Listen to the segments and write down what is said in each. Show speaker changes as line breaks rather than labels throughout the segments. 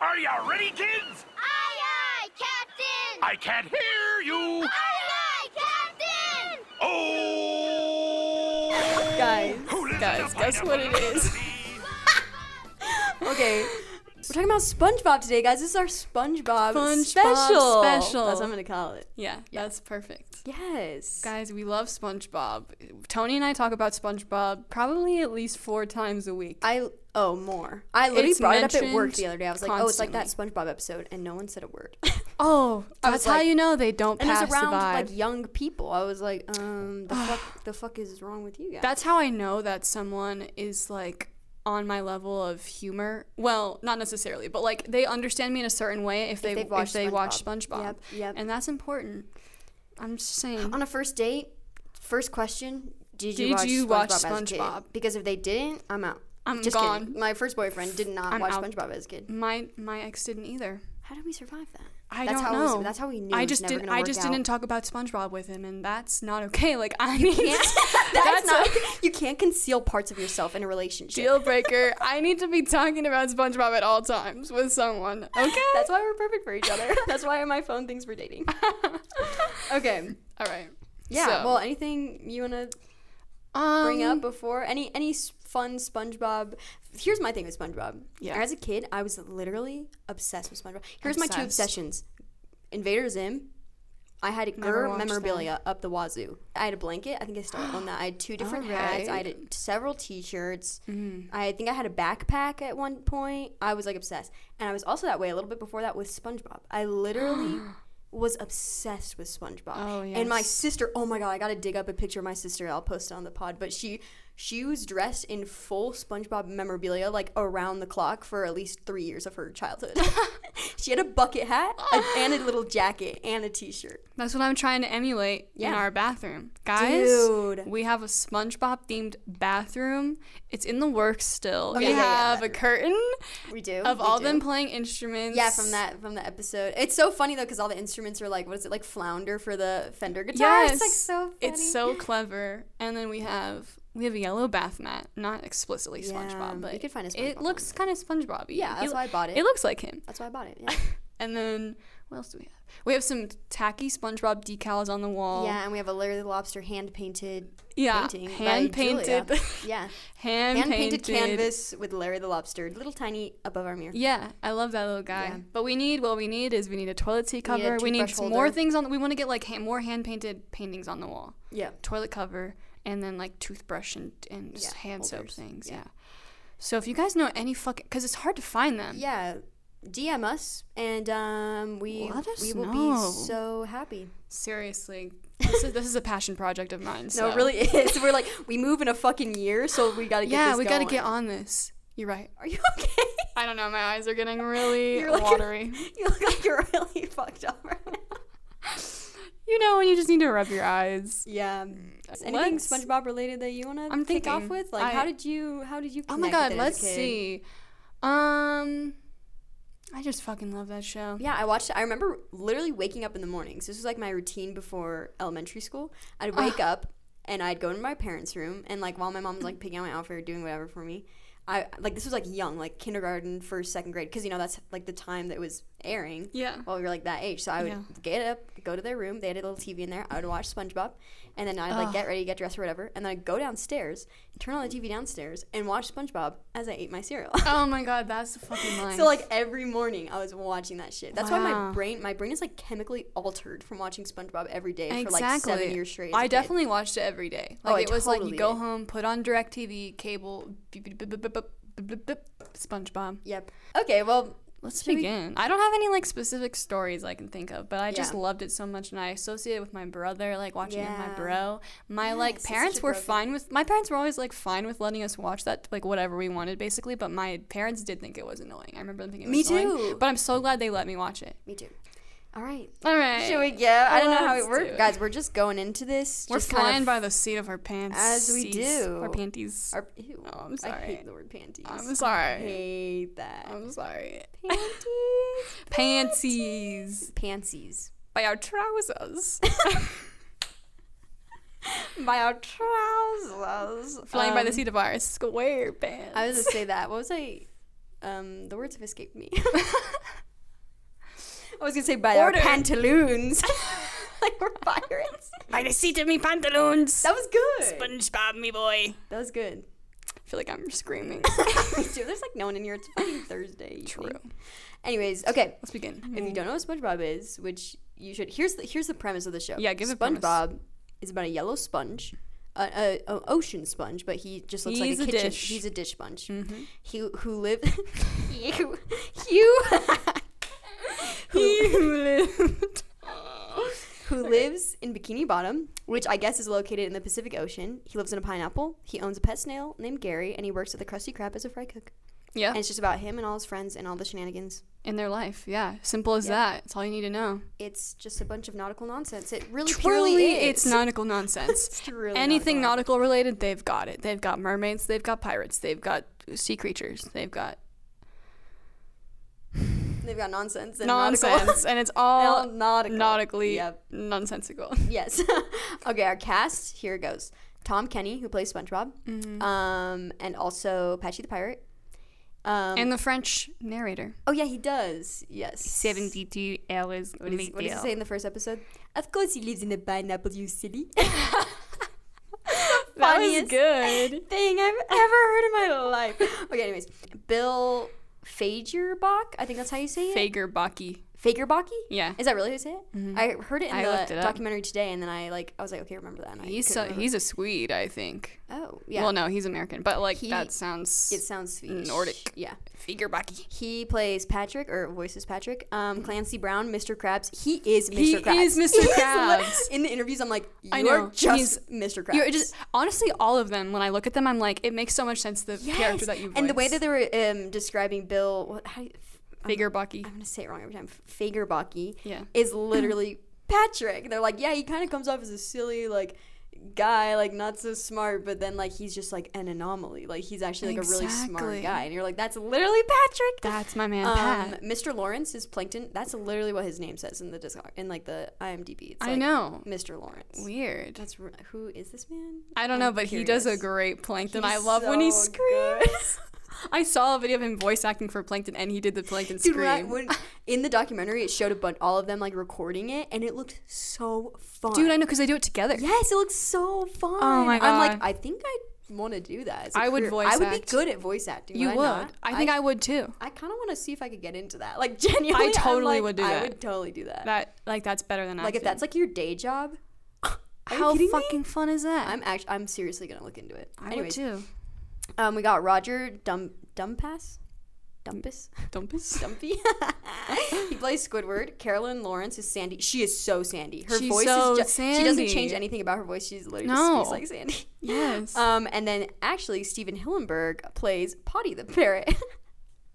Are you ready, kids?
Aye, aye, Captain!
I can't hear you.
aye, Captain!
Oh!
Guys,
Who lives in
guys,
a
guess what it
pineapple under
is.
the sea?
okay,
We're talking about SpongeBob today, guys. This is our SpongeBob,
SpongeBob
special.
special.
That's what I'm gonna call it.
yeah, that's perfect.
Yes.
Guys, we love SpongeBob. Tony and I talk about SpongeBob probably at least four times a week.
I oh more. I literally
It's
brought it up at work
mentioned
the other day. I was like, oh, it's like that SpongeBob episode, and no one said a word.
Oh,
I
that's
was like-
how you know they don't
and it
pass
was around
the vibe.
like young people. I was like, um, the fuck, the fuck is wrong with you guys?
That's how I know that someone is like on my level of humor. Well, not necessarily, but like they understand me in a certain way if, they
they've
if
watched
they watch
SpongeBob.
SpongeBob.
Yep, yep.
And that's important. I'm just saying.
On a first date, first question: Did you
Did
watch
you
SpongeBob?
watch
as a kid?
SpongeBob?
Because if they didn't, I'm out.
I'm
Just
gone.
Kidding. My first boyfriend did not
I'm
watch
out.
SpongeBob as a kid.
My my ex didn't either.
How did we survive that?
I
that's
don't
how
know.
We, that's how we knew.
I
it was
just
never
didn't.
gonna
I
work
just
out.
didn't talk about SpongeBob with him, and that's not okay. Like I need.
that's,
that's
not.
a
you can't conceal parts of yourself in a relationship.
deal breaker. I need to be talking about SpongeBob at all times with someone. Okay.
That's why we're perfect for each other. That's why my phone thinks we're dating. okay.
all right.
Yeah.
So,
Well, anything you want to
um,
bring up before any any s- fun SpongeBob? Here's my thing with SpongeBob.
Yeah.
As a kid, I was literally obsessed with SpongeBob. Here's my two
Obsessed.
obsessions: Invader Zim. I had
Never
Gur
watched
memorabilia up the wazoo. I had a blanket. I think I still own that. I had two different hats. I had a- several T-shirts.
Mm-hmm.
I think I had a backpack at one point. I was like obsessed, and I was also that way a little bit before that with SpongeBob. I literally was obsessed with SpongeBob.
Oh,
And my
yes.
sister, oh my god, I gotta dig up a picture of my sister. I'll post it on the pod. But she she was dressed in full SpongeBob memorabilia, like around the clock for at least three years of her childhood. she had a bucket hat a, and a little jacket and a t-shirt.
That's what I'm trying to emulate in
Yeah.
our bathroom. Guys,
Dude.
we have a SpongeBob themed bathroom. It's in the works still.
Okay,
we
yeah, yeah,
have a
bathroom.
curtain
We do
of
we
all
do.
them playing instruments.
Yeah, from that from the episode. It's so funny though because all the instruments are like what is it like flounder for the Fender guitar?
Yes.
It's like so funny.
It's so clever. And then we have we have a yellow bath mat, not explicitly
Yeah,
SpongeBob, but
you could find a SpongeBob
it
one.
looks kind of SpongeBob.
Yeah, that's why I bought it.
It looks like him.
That's why I bought it. Yeah.
And then what else do we have? We have some tacky SpongeBob decals on the wall.
yeah, and we have a Larry the Lobster hand painted
yeah,
painting. by
hand painted,
Julia. Yeah.
hand
hand painted
painted
canvas with Larry the Lobster, little tiny above our mirror.
Yeah, I love that little guy.
Yeah.
But we need what we need is we need a toilet seat
We need a
cover. We need,
toothbrush
more
holder.
things on. We want to get like ha- more hand painted paintings on the wall,
Yeah.
toilet cover, and then like toothbrush and and just
Yeah,
hand soap
holders.
things. Yeah. So if you guys know any fucking, because it's hard to find them.
Yeah. DM us and um, we
Let us
we will
know.
be so happy.
Seriously, this is, this is a passion project of mine. So.
No, it really is. We're like we move in a fucking year, so we gotta get
Yeah,
this
we got to
going.
get on this. You're right.
Are you okay?
I don't know. My eyes are getting really
You're like-
watery.
you look like you're really fucked up right now.
You know when you just need to rub your eyes.
Yeah. Anything
Let's-
SpongeBob related that you wanna
I'm
kick off
thinking.
with? Like
I-
how did you how did you
Oh my
connect
god,
with it as
let's
a kid?
see. Um I just fucking love that show.
Yeah, I watched. I remember literally waking up in the mornings. This was like my routine before elementary school. I'd wake up and I'd go into my parents' room and like while my mom was like picking out my outfit or doing whatever for me, I like this was like young, like kindergarten, first, second grade, because you know that's like the time that it was airing.
Yeah.
While we were like that age, so I would
Yeah.
get up, go to their room. They had a little TV in there. I would watch SpongeBob, and then I'd like
Ugh.
get ready, get dressed or whatever, and then I'd go downstairs, turn on the TV downstairs, and watch SpongeBob as I ate my cereal.
Oh my god, that's the fucking line.
So like every morning I was watching that shit. That's why
Wow.
my brain my brain is like chemically altered from watching SpongeBob every day for like seven years straight. as a
I
kid.
definitely watched it every day.
Oh,
Like
I
it was like you
totally
go
did.
home, put on DirecTV, cable, beep, beep, beep, beep, beep, beep, beep, beep, SpongeBob.
Yep. Okay, well
Let's
Should we-
begin. I don't have any like specific stories I can think of, but I just
Yeah.
loved it so much, and I associate it with my brother, like watching it with my
Yeah.
bro. My
Yes,
like
it's such
parents
a
were
bro thing.
fine with my parents were always like fine with letting us watch that like whatever we wanted basically, but my parents did think it was annoying. I remember them thinking it
Me
was annoying,
too.
but I'm so glad they let me watch it.
me too. All right.
All right,
Should we go? I don't know how we
Let's do
work.
it.
Guys, we're just going into this.
We're
just kind
flying
of
by the seat of our pants
As we
seats,
do.
our panties.
Our, ew,
Oh, I'm
I
sorry.
hate the word panties.
I'm
I
sorry.
hate that.
I'm sorry. Oh.
Panties.
Panties
Pansies.
by our trousers.
By our trousers.
Flying by the
Um,
seat of our square pants.
I was gonna say that. What was I? Um, the words have escaped me. I was gonna say by our
Order.
pantaloons, like we're pirates.
By the seat of me pantaloons.
That was good.
SpongeBob, me boy.
that was good.
I feel like I'm screaming.
Me too. There's like no one in here. It's fucking Thursday. evening.
True.
Anyways, okay.
Let's begin.
If you don't know what SpongeBob is, which you should, here's the here's the premise of the show.
Yeah, give a premise.
SpongeBob is about a yellow sponge, a, a, a ocean sponge, but he just looks
He's a
like a kitchen.
dish. Mm-hmm.
He's a dish sponge. He who lives. you, you,
He who lived.
who lives in Bikini Bottom, which I guess is located in the Pacific Ocean. He lives in a pineapple. He owns a pet snail named Gary, and he works at the Krusty Krab as a fry cook.
Yeah.
And it's just about him and all his friends and all the shenanigans.
In their life. Yeah. Simple as that. That's all you need to know.
It's just a bunch of nautical nonsense. It really
Truly,
purely
it's
is.
nautical nonsense.
It's really
Anything
nautical.
nautical related, they've got it. They've got mermaids, they've got pirates, they've got sea creatures, they've got
They've got nonsense and nautical.
nonsense, and it's all
All nautical.
nautically
Yep. Mm.
nonsensical.
yes. okay, our cast. Here it goes. Tom Kenny, who plays SpongeBob,
Mm-hmm.
um, and also Patchy the Pirate. Um,
And the French narrator.
oh yeah, he does. Yes.
Seventy-two hours
What, is, what does he say in the first episode? Of course, he lives in the pineapple, you silly.
That was
Funniest
good.
Thing I've ever heard in my life. Okay, anyways, Bill Fagerbach. I think that's how you say it.
Fager Baki.
Fagerbaki?
Yeah. Mm-hmm.
Is that really how you say it? I heard it in
I looked
the
it up.
documentary today, and then I like I was like, okay, remember that. And I
He's
couldn't
so,
remember.
he's a Swede, I think.
oh yeah.
Well, no, he's American, but like
He-
that sounds.
It sounds Swedish.
Nordic.
Yeah.
Fager Baki.
He plays Patrick or voices Patrick. Um, Clancy Brown, Mr. Krabs. He is Mr.
He
Krabs.
is Mr.
He li-
Krabs.
in the interviews, I'm like, you
I know.
are just
He's-
Mr. Krabs.
You're just honestly all of them. When I look at them, I'm like, it makes so much sense the
Yes.
character that you. Voice.
and the way that they were um, describing Bill. What, how, do you-
Fager Baki.
I'm gonna say it wrong every time. Fagerbaki
Yeah.
is literally Patrick. They're like, yeah, he kind of comes off as a silly like guy, like not so smart, but then like he's just like an anomaly. Like he's actually like a really
Exactly.
smart guy, and you're like, that's literally Patrick.
That's my man,
um,
Pat.
Mr. Lawrence is Plankton. That's literally what his name says in the discog- in like the IMDb. It's
I
like,
know.
Mr. Lawrence.
Weird.
That's r- who is this man?
I don't know, but he does a
curious.
great plankton.
He's
I love when he
so
screams. I saw a video of him voice acting for plankton, and he did the plankton
Dude, when, I,
scream.
when in the documentary, it showed a bunch all of them like recording it, and it looked so fun.
Dude, I know because they do it together.
Yes, it looks so fun.
Oh my
I'm like,
God.
I think I want to do that. as a
I would
career.
voice
I would be
act.
good at voice acting.
you would.
I,
I,
not?
think I, would too.
I, kind of want to see if I could get into that. Like genuinely, I'm
totally
like,
would do
I
that.
would totally do that.
That like that's better than
like if that's like your day job. are you
how
kidding me?
fucking fun is that?
I'm actually. I'm seriously gonna look into it.
I
Anyways,
would too.
um, we got Roger Dum Dumpass, Dumpus,
Dumpus.
Dumpy. he plays Squidward. Carolyn Lawrence is Sandy. She is so Sandy. Her
She's
voice
so
is just. She doesn't
Sandy.
change anything about her voice. She's literally
No.
just speaks like Sandy.
Yes.
Um, and then actually, Steven Hillenberg plays Potty the parrot.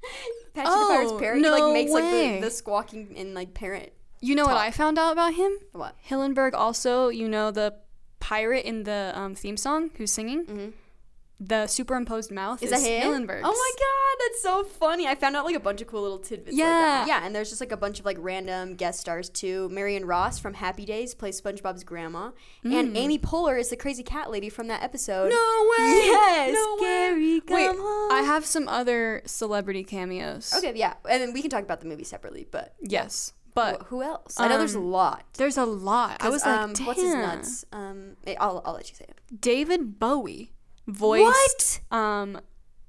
Patchy the Pirate's
Oh,
parrot. he
no
like makes like
way.
the, the squawking and like parrot.
you know what
talk.
I found out about him?
What?
Hillenberg also, you know, the pirate in the um, theme song who's singing. The superimposed mouth is,
Mm-hmm. Is that him?
Hillenberg's.
Oh my god, that's so funny! I found out like a bunch of cool little tidbits. like
Yeah.
that. yeah, and there's just like a bunch of like random guest stars too. Marion Ross from Happy Days plays SpongeBob's grandma, and Amy Poehler is the crazy cat lady from that episode.
No way!
Yes,
No way!
Gary, come
Wait,
home.
I have some other celebrity cameos.
okay, yeah, and then we can talk about the movie separately. But
Yes, but
who else? I know there's a lot.
there's a lot. I was like,
um,
Damn.
what's his nuts? Um, eh, I'll, I'll let you say it.
David Bowie voiced. Um,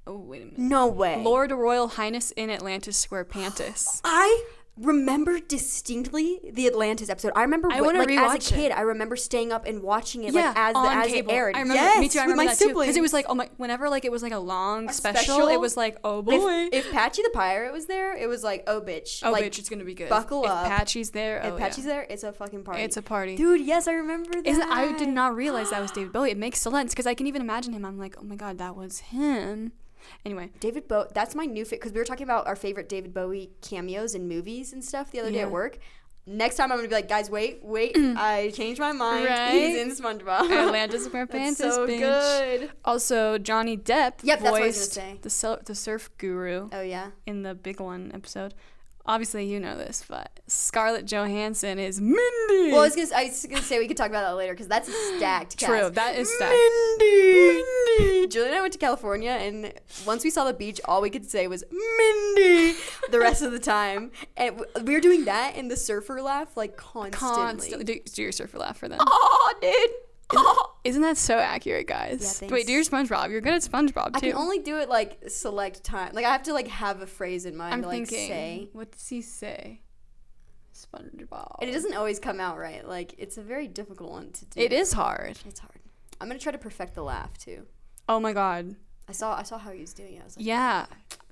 oh wait a minute.
No way.
Lord Royal Highness in Atlantis Square Pantis.
I remember distinctly the Atlantis episode. I remember
I
wa-
wanna
like as a
rewatch it.
kid, I remember staying up and watching it like as the,
on
as
cable.
it aired.
I remember,
yes,
me too. I
with
remember
my
that too. Because
siblings.
it was like, oh my, whenever like it was like a long special,
special?
it was like, oh boy,
if, if Patchy the pirate was there, it was like, oh bitch,
oh
like,
bitch, it's gonna be good.
buckle
if
up.
Patchy's there.
If
oh,
Patchy's
yeah.
there, it's a fucking party.
It's a party.
Dude, yes, I remember that.
Isn't I did not realize that was David Bowie. It makes sense because I can even imagine him. I'm like, oh my god, that was him. Anyway,
David Bowie. That's my new fit because we were talking about our favorite David Bowie cameos in movies and stuff the other day
Yeah.
at work. Next time I'm gonna be like, guys, wait, wait, I changed my mind. He's
Right?
in SpongeBob.
Atlantis Square
That's
Pantis.
so
bitch.
good.
Also, Johnny Depp
Yep, that's what I was gonna
voiced
say.
the sil- the surf guru
Oh yeah.
in the Big One episode. obviously you know this, but Scarlett Johansson is Mindy.
Well, I was gonna, I was gonna say we could talk about that later because that's a stacked cast.
True, that is stacked.
Mindy. Julie and I went to California, and once we saw the beach, all we could say was Mindy the rest of the time. And w- we were doing that and the surfer laugh like constantly.
Constantly do, do your surfer laugh for them.
Oh, dude. Oh.
Isn't that so accurate, guys?
Yeah,
Wait, do your SpongeBob. You're good at SpongeBob
I
too.
can only do it like select time. Like I have to like have a phrase in mind
I'm
to like
thinking.
say.
What does he say? SpongeBob.
And it doesn't always come out right. Like it's a very difficult one to do.
It is hard.
It's hard. I'm gonna try to perfect the laugh too.
Oh my god.
I saw I saw how he was doing it. I was like,
Yeah.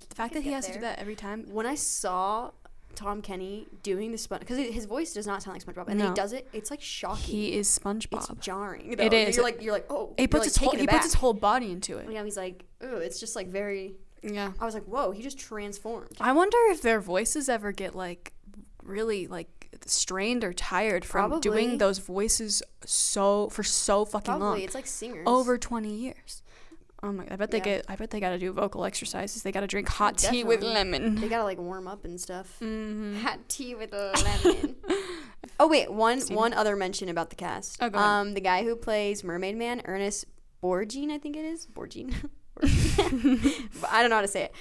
The fact that
could
he
get
has to do
there.
that every time.
when I saw Tom Kenny doing the SpongeBob, because his voice does not sound like SpongeBob, and then
No.
he does it, it's like shocking.
He is
it's
SpongeBob.
jarring. Though.
It
Like,
is.
You're like you're like oh.
He
you're,
puts
like,
his whole
taken
he puts his
aback.
whole body into it.
You know, he's like, ooh, it's just like very.
Yeah.
I was like, whoa, he just transformed.
I wonder if their voices ever get like really like strained or tired from
Probably.
doing those voices so for so fucking
Probably
long.
it's like singers
over 20 years. Oh my! I bet they
Yeah.
get. I bet they got to do vocal exercises. They got to drink hot tea with
Definitely.
lemon.
They gotta like warm up and stuff.
Mm-hmm.
Hot tea with a lemon. oh wait, one one other mention about the cast.
Oh, go on.
um, the guy who plays Mermaid Man, Ernest Borgine, I think it is Borgine. Borgine. But I don't know how to say it.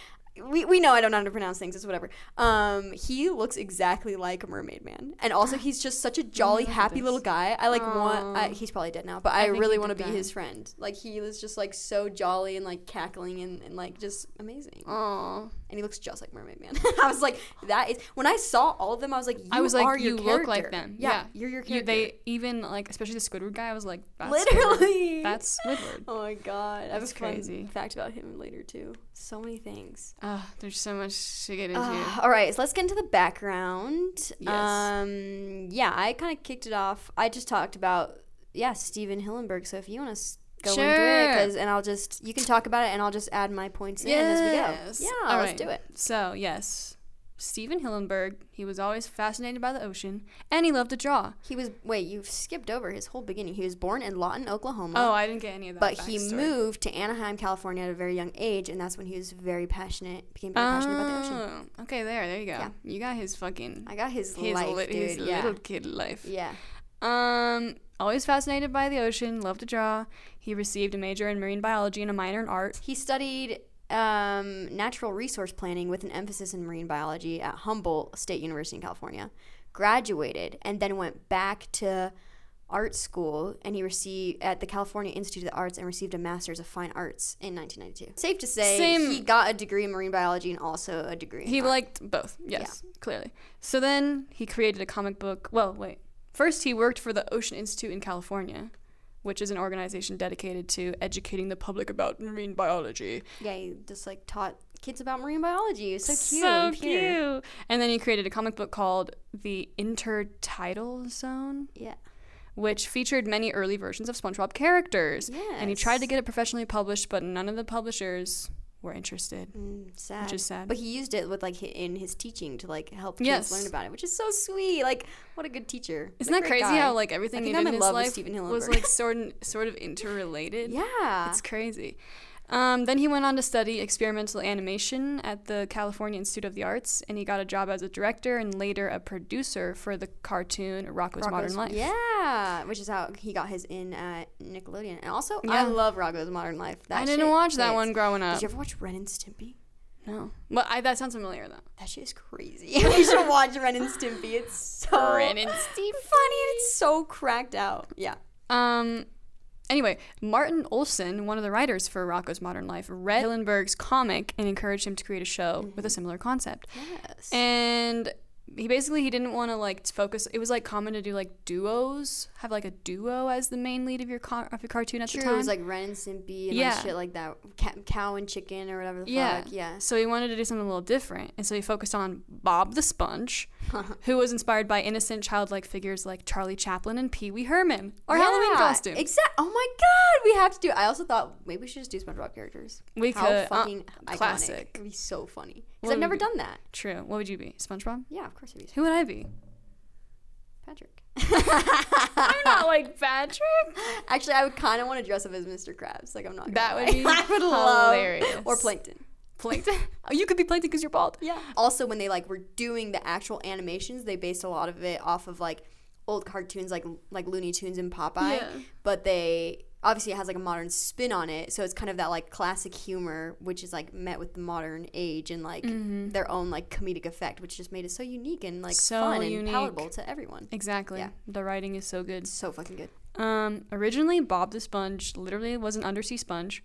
We, we know I don't know how to pronounce things. It's whatever. Um, he looks exactly like Mermaid Man, and also he's just such a jolly, happy little guy. I like want. I, he's probably dead now, but I,
think
really
he
want to be
did die.
his friend. Like he was just like so jolly and like cackling and, and like just amazing
Aw.
and he looks just like Mermaid Man. I was like, that is. When I saw all of them, I was like, you
I was like,
are
you
your
look like
character."
them.
Yeah,
Yeah,
you're your
You-
character.
they even like, especially the Squidward guy. I was like, that's Squidward.
literally.
That's Squidward.
Oh my god, I have a
That's
fun
crazy.
fact about him later too. So many things.
Ugh, there's so much to get into.
Uh, all right, so let's get into the background.
Yes.
Um, yeah, I kind of kicked it off. I just talked about yeah Steven Hillenberg. So if you want to. Go into it,
Sure.
'cause- and I'll just you can talk about it, and I'll just add my points in as
yes.
we go. Yeah,
All
let's
right.
do it.
So yes, Steven Hillenberg. He was always fascinated by the ocean, and he loved to draw.
He was wait, you've skipped over his whole beginning. He was born in Lawton, Oklahoma.
Oh, I didn't get any of that.
But he
backstory.
moved to Anaheim, California at a very young age, and that's when he was very passionate, became very passionate about the ocean.
Oh, Okay, there, there you go.
Yeah.
You got his fucking.
I got his,
his,
life,
lit-
dude.
his
yeah.
little kid life.
yeah.
Um, always fascinated by the ocean, loved to draw. He received a major in marine biology and a minor in art.
He studied um, natural resource planning with an emphasis in marine biology at Humboldt State University in California. Graduated and then went back to art school, and he received at the California Institute of the Arts and received a Master's of Fine Arts in 1992. Safe to say,
Same-
he got a degree in marine biology and also a degree. in
He
art.
liked both, yes, clearly. So then he created a comic book. Well, wait. First, he worked for the Ocean Institute in California, which is an organization dedicated to educating the public about marine biology.
Yeah, he just like taught kids about marine biology. It was so cute.
So
and pure.
cute. And then he created a comic book called The Intertidal Zone.
Yeah.
which featured many early versions of SpongeBob characters. And he tried to
Yes.
get it professionally published, but none of the publishers were interested.
Mm, sad.
is sad.
But he used it with like hi- in his teaching to like help kids
Yes.
learn about it, which is so sweet. Like, what a good teacher. What
Isn't
a
that
great
crazy
guy.
how like everything he
think
did
I'm in
in, his
love with
life
Steven
was
Hillenburg.
like sort of, sort of interrelated?
Yeah.
It's crazy. Um, then he went on to study experimental animation at the California Institute of the Arts, and he got a job as a director and later a producer for the cartoon Rocco's, Modern
Rocco's-
Life.
Yeah, which is how he got his in at Nickelodeon. And also, I
Yeah.
love Rocco's Modern Life. That
I didn't
shit
watch that
hits.
one growing up.
Did you ever watch Ren and Stimpy?
no, but I, that sounds familiar though.
That shit is crazy. you should watch Ren and Stimpy. It's so
Ren
funny.
and
and It's so cracked out. Yeah.
Um. Anyway, Martin Olson, one of the writers for Rocco's Modern Life, read Hillenberg's comic and encouraged him to create a show with a similar concept.
Mm-hmm. Yes.
And he basically he didn't want to like t- focus. It was like common to do like duos, have like a duo as the main lead of your car of your cartoon at
True,
the time.
it was like Ren and Stimpy and
Yeah.
like shit like that. Ca- cow and chicken or whatever the
yeah,
fuck. Yeah.
So he wanted to do something a little different, and so he focused on Bob the Sponge, who was inspired by innocent childlike figures like Charlie Chaplin and Pee Wee Herman, or Halloween costumes.
Exactly. Oh my god, we have to do. I also thought maybe we should just do SpongeBob characters.
We
How
could, uh,
fucking iconic.
classic.
It'd be so funny because
What
I've
would
never
we do?
done that.
True. What would you be, SpongeBob?
Yeah, of course it'd be
Who would I be?
Patrick.
I'm not like Patrick.
Actually, I would kind of want to dress up as Mr. Krabs. Like I'm not. gonna
That would
lie.
be
I would love
hilarious.
or Plankton.
Plankton. Oh, you could be plankton because you're bald.
Yeah. Also, when they like were doing the actual animations, they based a lot of it off of like old cartoons, like like Looney Tunes and Popeye.
Yeah.
But they obviously it has like a modern spin on it, so it's kind of that like classic humor, which is like met with the modern age and like their own like comedic effect, which just made it so unique and like
Mm-hmm. So
fun and
unique.
palatable to everyone.
Exactly.
Yeah.
The writing is so good.
It's so fucking good.
Um, originally, Bob the Sponge literally was an undersea sponge.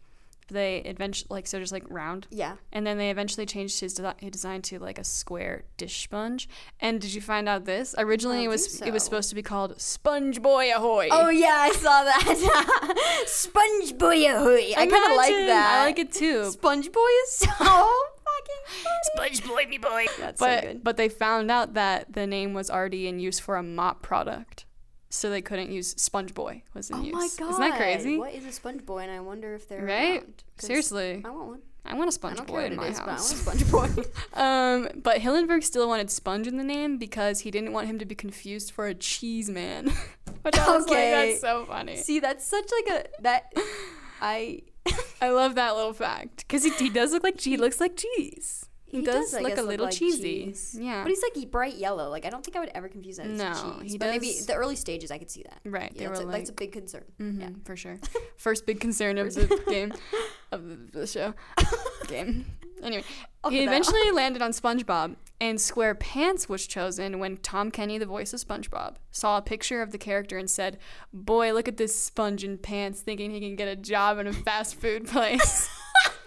They eventually, like, so just like round.
Yeah.
And then they eventually changed his, desi his design to like a square dish sponge. And did you find out this? Originally, it
don't
was
think
it was
so.
supposed to be called Sponge Boy Ahoy.
Oh yeah, I saw that. Sponge Boy ahoy! I kind of like
Imagine!
that.
I like it too.
Sponge Boy is so fucking.
Sponge boy me boy.
That's
but
so good.
but they found out that the name was already in use for a mop product, so they couldn't use Sponge Boy was in
Oh
use.
my god!
Isn't that crazy?
What is a sponge boy? And I wonder if they're
Right?
around, 'cause
Seriously,
I want one.
I want a
I
Sponge
don't
Boy
care
in
what
my
it is, but I want a
house.
sponge boy.
Um, but Hillenberg still wanted Sponge in the name because he didn't want him to be confused for a cheese man. Which I was
Okay.
like, that's so funny.
See, that's such like a that I.
I love that little fact because he, he does look like he looks like cheese. He, does,
I
look
guess,
a little
like
cheesy.
cheese.
Yeah.
but he's like bright yellow. Like I don't think I would ever confuse that. As
No,
cheese.
he
but maybe
does-
the early stages I could see that.
Right,
Yeah,
they
that's,
were
a, that's a
like-
big concern.
hmm
Yeah.
for sure. First big concern of the game, of the, the show, game. Anyway,
I'll cut
he
that out.
eventually landed on SpongeBob, and SquarePants was chosen when Tom Kenny, the voice of SpongeBob, saw a picture of the character and said, "Boy, look at this sponge in pants, thinking he can get a job in a fast food place."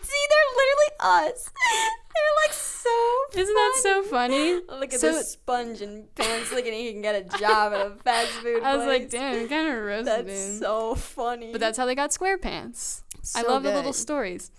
see, they're literally us. They're like so.
Isn't that so funny?
Look at
So-
this sponge and pants looking at he can get a job at a fast food
I was
place.
like, "Damn, you kind of roasted
That's
him."
so funny.
But that's how they got SquarePants. I
So
love the little
good.
stories.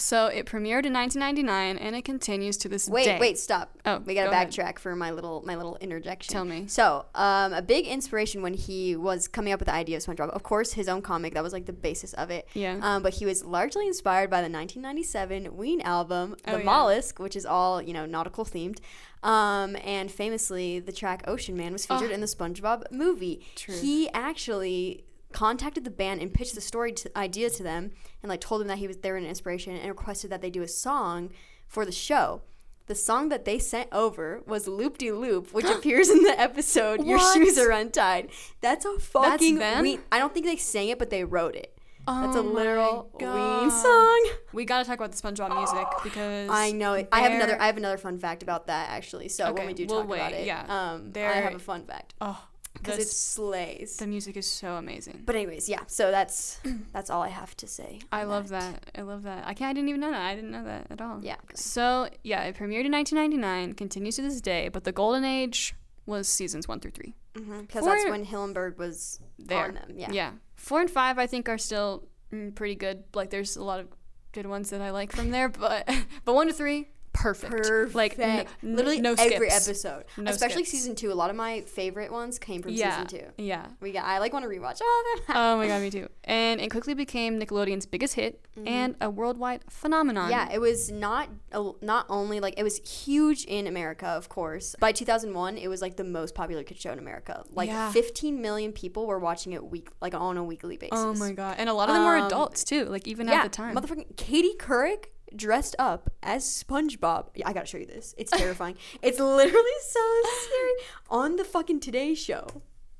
So it premiered in 1999 and it continues to this
Wait,
day.
wait, stop.
Oh,
we gotta
go ahead.
backtrack for my little my little interjection.
Tell me.
So, um, a big inspiration when he was coming up with the idea of SpongeBob, of course, his own comic that was like the basis of it.
Yeah.
Um, but he was largely inspired by the 1997 Ween album, The
Oh, yeah.
Mollusk, which is all you know nautical themed. Um, and famously, the track Ocean Man was featured in the SpongeBob movie.
Ah. True.
He actually contacted the band and pitched the story to, idea to them and like told them that he was they were an inspiration and requested that they do a song for the show. The song that they sent over was Loop De Loop, which appears in the episode Your
What?
Shoes Are Untied. That's a fucking
them?
Ween. I don't think they sang it, but they wrote it. That's
Oh
a
my
literal
God.
Ween song.
We gotta talk about the SpongeBob music because
I know it. I have another.
they're-
I have another fun fact about that actually. So
Okay,
when we do
we'll
talk about
wait,
it,
yeah.
um, I
They're-
have a fun fact
oh,
because
the-
it slays.
the music is so amazing.
but anyways, yeah. So that's that's all I have to say.
I
on
love that. I love that. I can't. I didn't even know that. I didn't know that at all.
Yeah.
So yeah, it premiered in 1999, continues to this day. But the golden age was seasons one through three.
Because that's
For-
when Hillenberg was
there.
on them. Yeah.
Four and five, I think, are still mm, pretty good. Like, there's a lot of good ones that I like from there, but but one to three, perfect. Like, n-
Perfect.
n-
literally
no
every
skips.
episode,
No
especially
skips.
season two. A lot of my favorite ones came from
Yeah.
season two.
Yeah.
We got. I like want to rewatch all of them.
Oh my god, me too. And it quickly became Nickelodeon's biggest hit and a worldwide phenomenon.
Mm-hmm. Yeah, it was not a- not only like it was huge in America, of course. By 2001, it was like the most popular kid show in America. Like
Yeah.
15 million people were watching it week like on a weekly basis.
Oh my god. And a lot of them were
Um,
adults too. Like even
yeah,
at the time.
motherfucking Katie Couric dressed up as SpongeBob. Yeah, I gotta show you this. It's terrifying. it's literally so scary on the fucking Today Show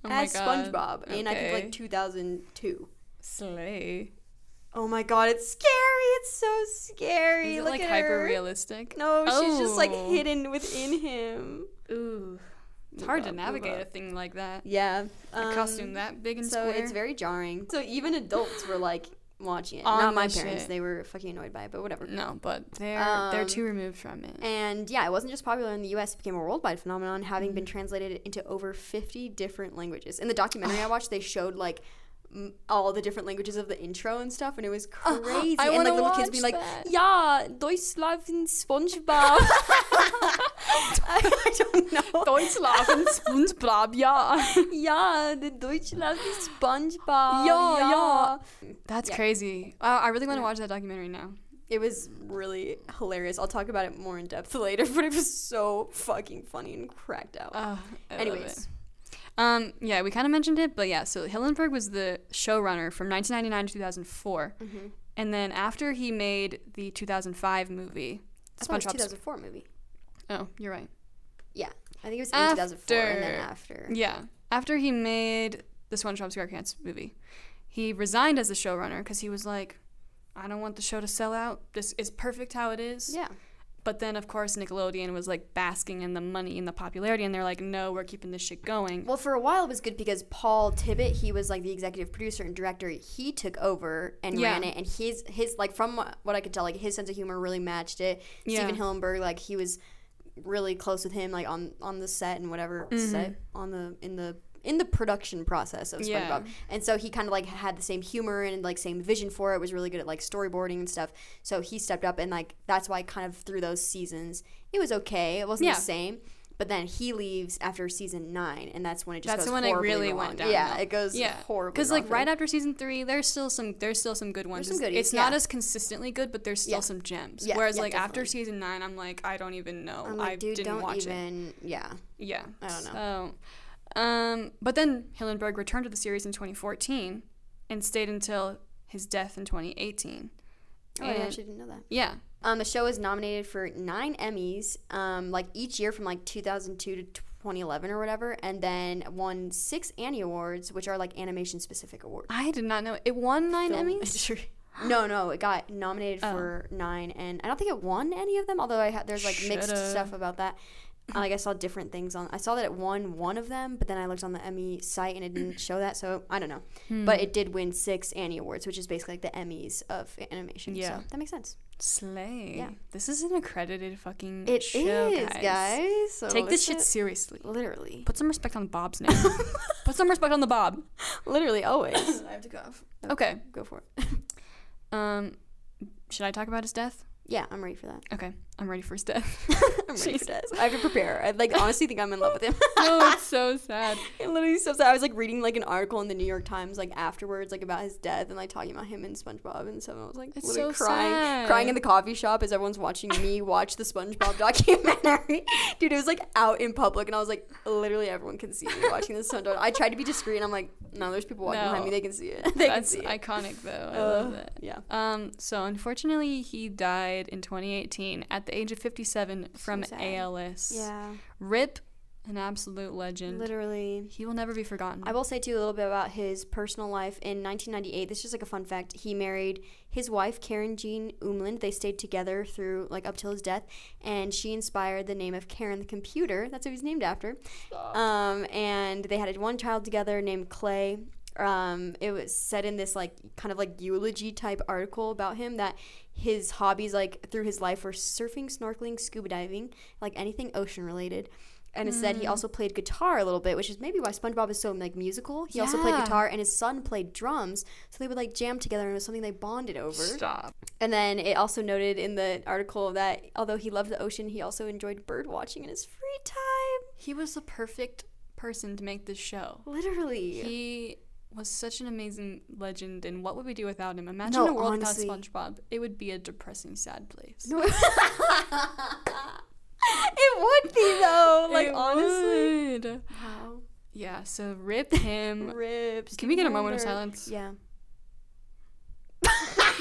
Oh my
as
God.
SpongeBob in I think
Okay.
like 2002.
Slay.
Oh my god, it's scary. It's so scary.
Is it
Look
like
at
hyper
her.
realistic?
No, she's just like
Oh.
hidden within him.
Ooh. It's hard to
up, move
navigate a
up.
thing like that.
Yeah.
a
um,
costume that big and
So
square.
it's very jarring. So even adults were like watching it.
On
Not my
the
parents.
shit.
They were fucking annoyed by it, but whatever.
No, but they're they're
Um,
too removed from it.
And yeah, it wasn't just popular in the US, it became a worldwide phenomenon, having
Mm.
been translated into over 50 different languages. In the documentary I watched, they showed like m- all the different languages of the intro and stuff, and it was crazy.
I
and like
wanna
little kids being
watch
like,
that.
Yeah, Deutschland SpongeBob. I don't know.
Deutschland, SpongeBob, yeah.
Ja, de Deutschland is SpongeBob.
Ja, ja. That's crazy. Wow, I really want to
Yeah.
watch that documentary now.
It was really hilarious. I'll talk about it more in depth later, but it was so fucking funny and cracked out.
Oh, I love
Anyways.
it. Um, yeah, we kind of mentioned it, but yeah, so Hillenberg was the showrunner from 1999 to 2004. And then after he made the 2005 movie,
I thought it was
SpongeBob. Sp-
2004 movie.
oh, you're right.
Yeah, I think it was in 2004 and then
After.
after.
Yeah. After he made the SpongeBob SquarePants movie, he resigned as the showrunner because he was like, I don't want the show to sell out. This is perfect how it is.
Yeah.
But then, of course, Nickelodeon was like basking in the money and the popularity, and they're like, no, we're keeping this shit going.
Well, for a while it was good because Paul Tibbet, he was like the executive producer and director. He took over and
Yeah.
ran it, and his his like from what I could tell, like his sense of humor really matched it.
Yeah.
Steven Hillenberg, like he was really close with him, like on on the set and whatever
Mm-hmm.
set on the in the in the production process of SpongeBob.
Yeah.
And so he kind of like had the same humor and like same vision for it. Was really good at like storyboarding and stuff. So he stepped up and like that's why kind of through those seasons it was okay. It wasn't
Yeah.
the same. But then he leaves after season nine, and that's when it just
That's
goes
the one it
horribly
really
wrong.
went down.
Yeah,
though.
it goes horribly.
Because like
wrong for
right
them.
after season three, there's still some there's still some good ones.
some
It's-
goodies,
it's not
yeah.
as consistently good, but there's still
Yeah.
some gems.
Yeah,
Whereas
yeah,
like after
definitely.
season nine, I'm like I don't even know.
I'm
I
like, dude,
didn't
don't
watch it.
even. Yeah,
Yeah.
I don't
So, um, but then Hillenberg returned to the series in 2014 and stayed until his death in 2018.
oh, I
And-
actually didn't know that.
yeah.
Um, the show was nominated for nine Emmys, um, like each year from like 2002 to 2011 or whatever, and then won six Annie Awards, which are like animation specific awards.
I did not know it won nine
Film
Emmys.
industry. No, no, it got nominated
Oh.
for nine, and I don't think it won any of them. Although I ha- there's like mixed
Shoulda.
stuff about that. Uh, Like I saw different things on. I saw that it won one of them, but then I looked on the Emmy site and it didn't show that. So I don't know,
Hmm.
but it did win six Annie Awards, which is basically like the Emmys of animation.
Yeah.
so that makes sense.
Slay.
Yeah.
This is an accredited fucking
It is,
show,
guys.
guys.
So
Take this
it's
shit
a-
seriously.
literally,
Put some respect on Bob's name. Put some respect on the Bob.
literally always. I have to cough.
Okay.
Go for it.
Um, should I talk about his death?
Yeah, I'm ready for that.
Okay, I'm ready for his death.
I'm ready for this. I have to prepare. I like honestly think I'm in love with him.
oh, it's so sad.
It literally so sad. I was like reading like an article in the New York Times like afterwards like about his death and like talking about him and SpongeBob and stuff. And I was like
It's
literally
so
crying,
sad.
crying in the coffee shop as everyone's watching me watch the SpongeBob documentary. Dude, it was like out in public, and I was like, literally everyone can see me watching this SpongeBob. I tried to be discreet, and I'm like, no, there's people walking
No.
behind me. They can see it. they
That's
can see it.
iconic, though. I
Uh,
love it.
Yeah.
Um, so unfortunately, he died in 2018 at the age of 57 from
sad.
ALS.
Yeah.
Rip, an absolute legend.
Literally.
He will never be forgotten.
I will say too a little bit about his personal life. In 1998, this is just like a fun fact. He married his wife Karen Jean Umland. They stayed together through like up till his death, and she inspired the name of Karen the computer. That's what he's named after. Um, and they had one child together named Clay. Um, it was said in this like kind of like eulogy type article about him that his hobbies like through his life were surfing, snorkeling, scuba diving, like anything ocean related. And it said he also played guitar a little bit, which is maybe why SpongeBob is so like musical. He also played
Yeah.
guitar, and his son played drums, so they would like jam together, and it was something they bonded over.
Stop.
And then it also noted in the article that although he loved the ocean, he also enjoyed bird watching in his free time.
He was the perfect person to make this show.
Literally,
He was such an amazing legend, and what would we do without him? Imagine
No,
a world
honestly.
without SpongeBob. It would be a depressing, sad place.
No. it would be though. Like
It
honestly.
would. Yeah, so rip him.
Rips.
Can we get a moment of silence?
Yeah.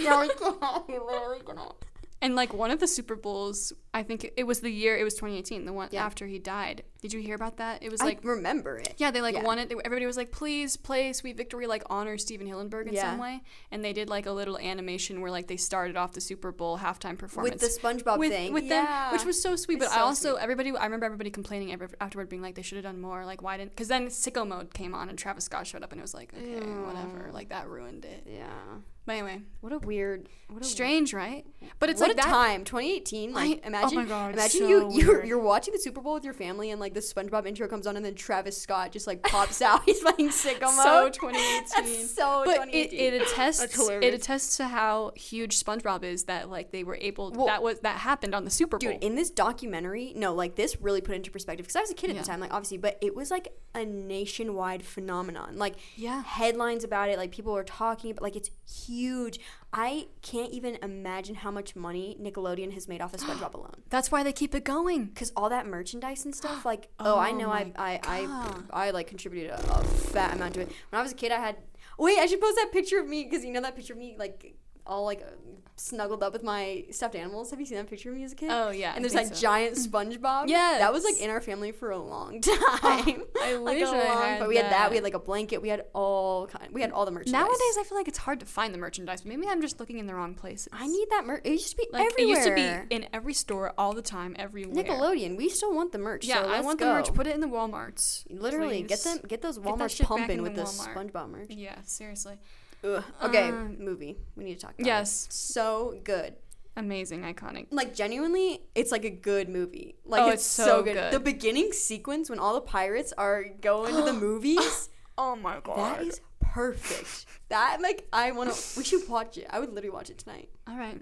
no, we can't. We literally cannot.
And like one of the Super Bowls, I think it- it was the year it was 2018, the one
Yeah.
after he died. Did you hear about that? It was
Like
like
remember it.
yeah, they like
yeah.
won it. They- Everybody was like, "Please play Sweet Victory, like honor Steven Hillenberg in
Yeah.
some way." And they did like a little animation where like they started off the Super Bowl halftime
With
performance
the SpongeBob
with,
thing.
with them, which was so sweet.
It's
but I
so
also everybody, I remember everybody complaining every, afterward, being like, "They should have done more." Like, why didn't? Because then sicko mode came on, and Travis Scott showed up, and it was like, okay, whatever. Like that ruined it.
Mm. Yeah.
But anyway,
What a weird what a
strange, right? But it's
what
like
a
that.
time, 2018. Like,
I- oh
imagine,
my God,
imagine
so
you you're,
weird.
you're watching the Super Bowl with your family, and like the SpongeBob intro comes on, and then Travis Scott just like pops out. He's playing sicko
so
mode.
2018.
That's so
but it,
2018.
it
That's
attests it
hilarious.
attests to how huge SpongeBob is that like they were able
Well-
that was that happened on the Super Bowl.
dude in this documentary no like this really put it into perspective because i was a kid at
Yeah.
the time like obviously but it was like a nationwide phenomenon like
Yeah.
headlines about it like people were talking about like it's huge i can't even imagine how much money nickelodeon has made off of spongebob alone
That's why they keep it going.
because all that merchandise and stuff like oh, i
Oh
know I,
my
I
God.
i i like contributed a, a fat amount to it when i was a kid i had wait i should post that picture of me because you know that picture of me like all like uh, snuggled up with my stuffed animals. Have you seen that picture of me as a kid?
Oh, yeah, I
And there's
think
that
so.
giant SpongeBob. That was like
Yes.
in our family for a long time.
I
like a
wish I
long-
had
But we had that. We
that.
had like a blanket. We had all kind. We had all the merchandise.
Nowadays, I feel like it's hard to find the merchandise. Maybe I'm just looking in the wrong places.
I need that merch. It used to be
like
everywhere.
it used to be in every store all the time, everywhere.
Nickelodeon. We still want the merch. so
Yeah, I
let's
want
go.
the merch. Put it in the WalMarts.
Literally, get
please.
them. Get those
that
WalMarts
shit back
pumping
in
with
the
this
Walmart.
SpongeBob merch.
Yeah, seriously.
Ugh. Okay,
Um,
movie. We need to talk. About
yes.
it. so good.
Amazing, iconic.
Like genuinely, it's like a good movie. Like
Oh,
it's, so, good.
good.
The beginning sequence when all the pirates are going to the movies.
Oh my god.
that is perfect. That like I want to. We should watch it. I would literally watch it tonight.
all right.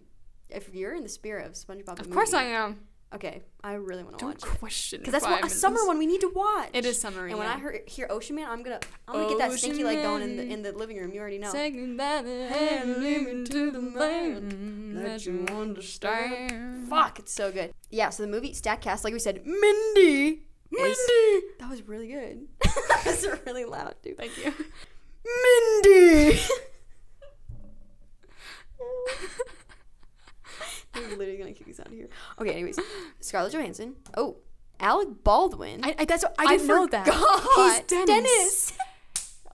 If you're in the spirit of SpongeBob,
Of course I am.
Okay, I really want to
Don't
watch it.
question.
Because that's what, a summer one we need to watch.
It is summer,
And when
yeah.
I hear, hear Ocean Man, I'm gonna I'm gonna get that stinky
Ocean
leg going in the
Man.
in the living room. You already know.
Taking by the hand, leading to the land that you understand.
Fuck, it's so good. Yeah. So the movie Statcast, like we said, Mindy. is-
Mindy.
that was really good. that was really loud, dude.
Thank you.
Mindy. I'm literally gonna kick us out of here. Okay. Anyways, Scarlett Johansson. Oh, Alec Baldwin.
I, I, that's what, I didn't know that. He's
forgot.
Dennis.
Dennis.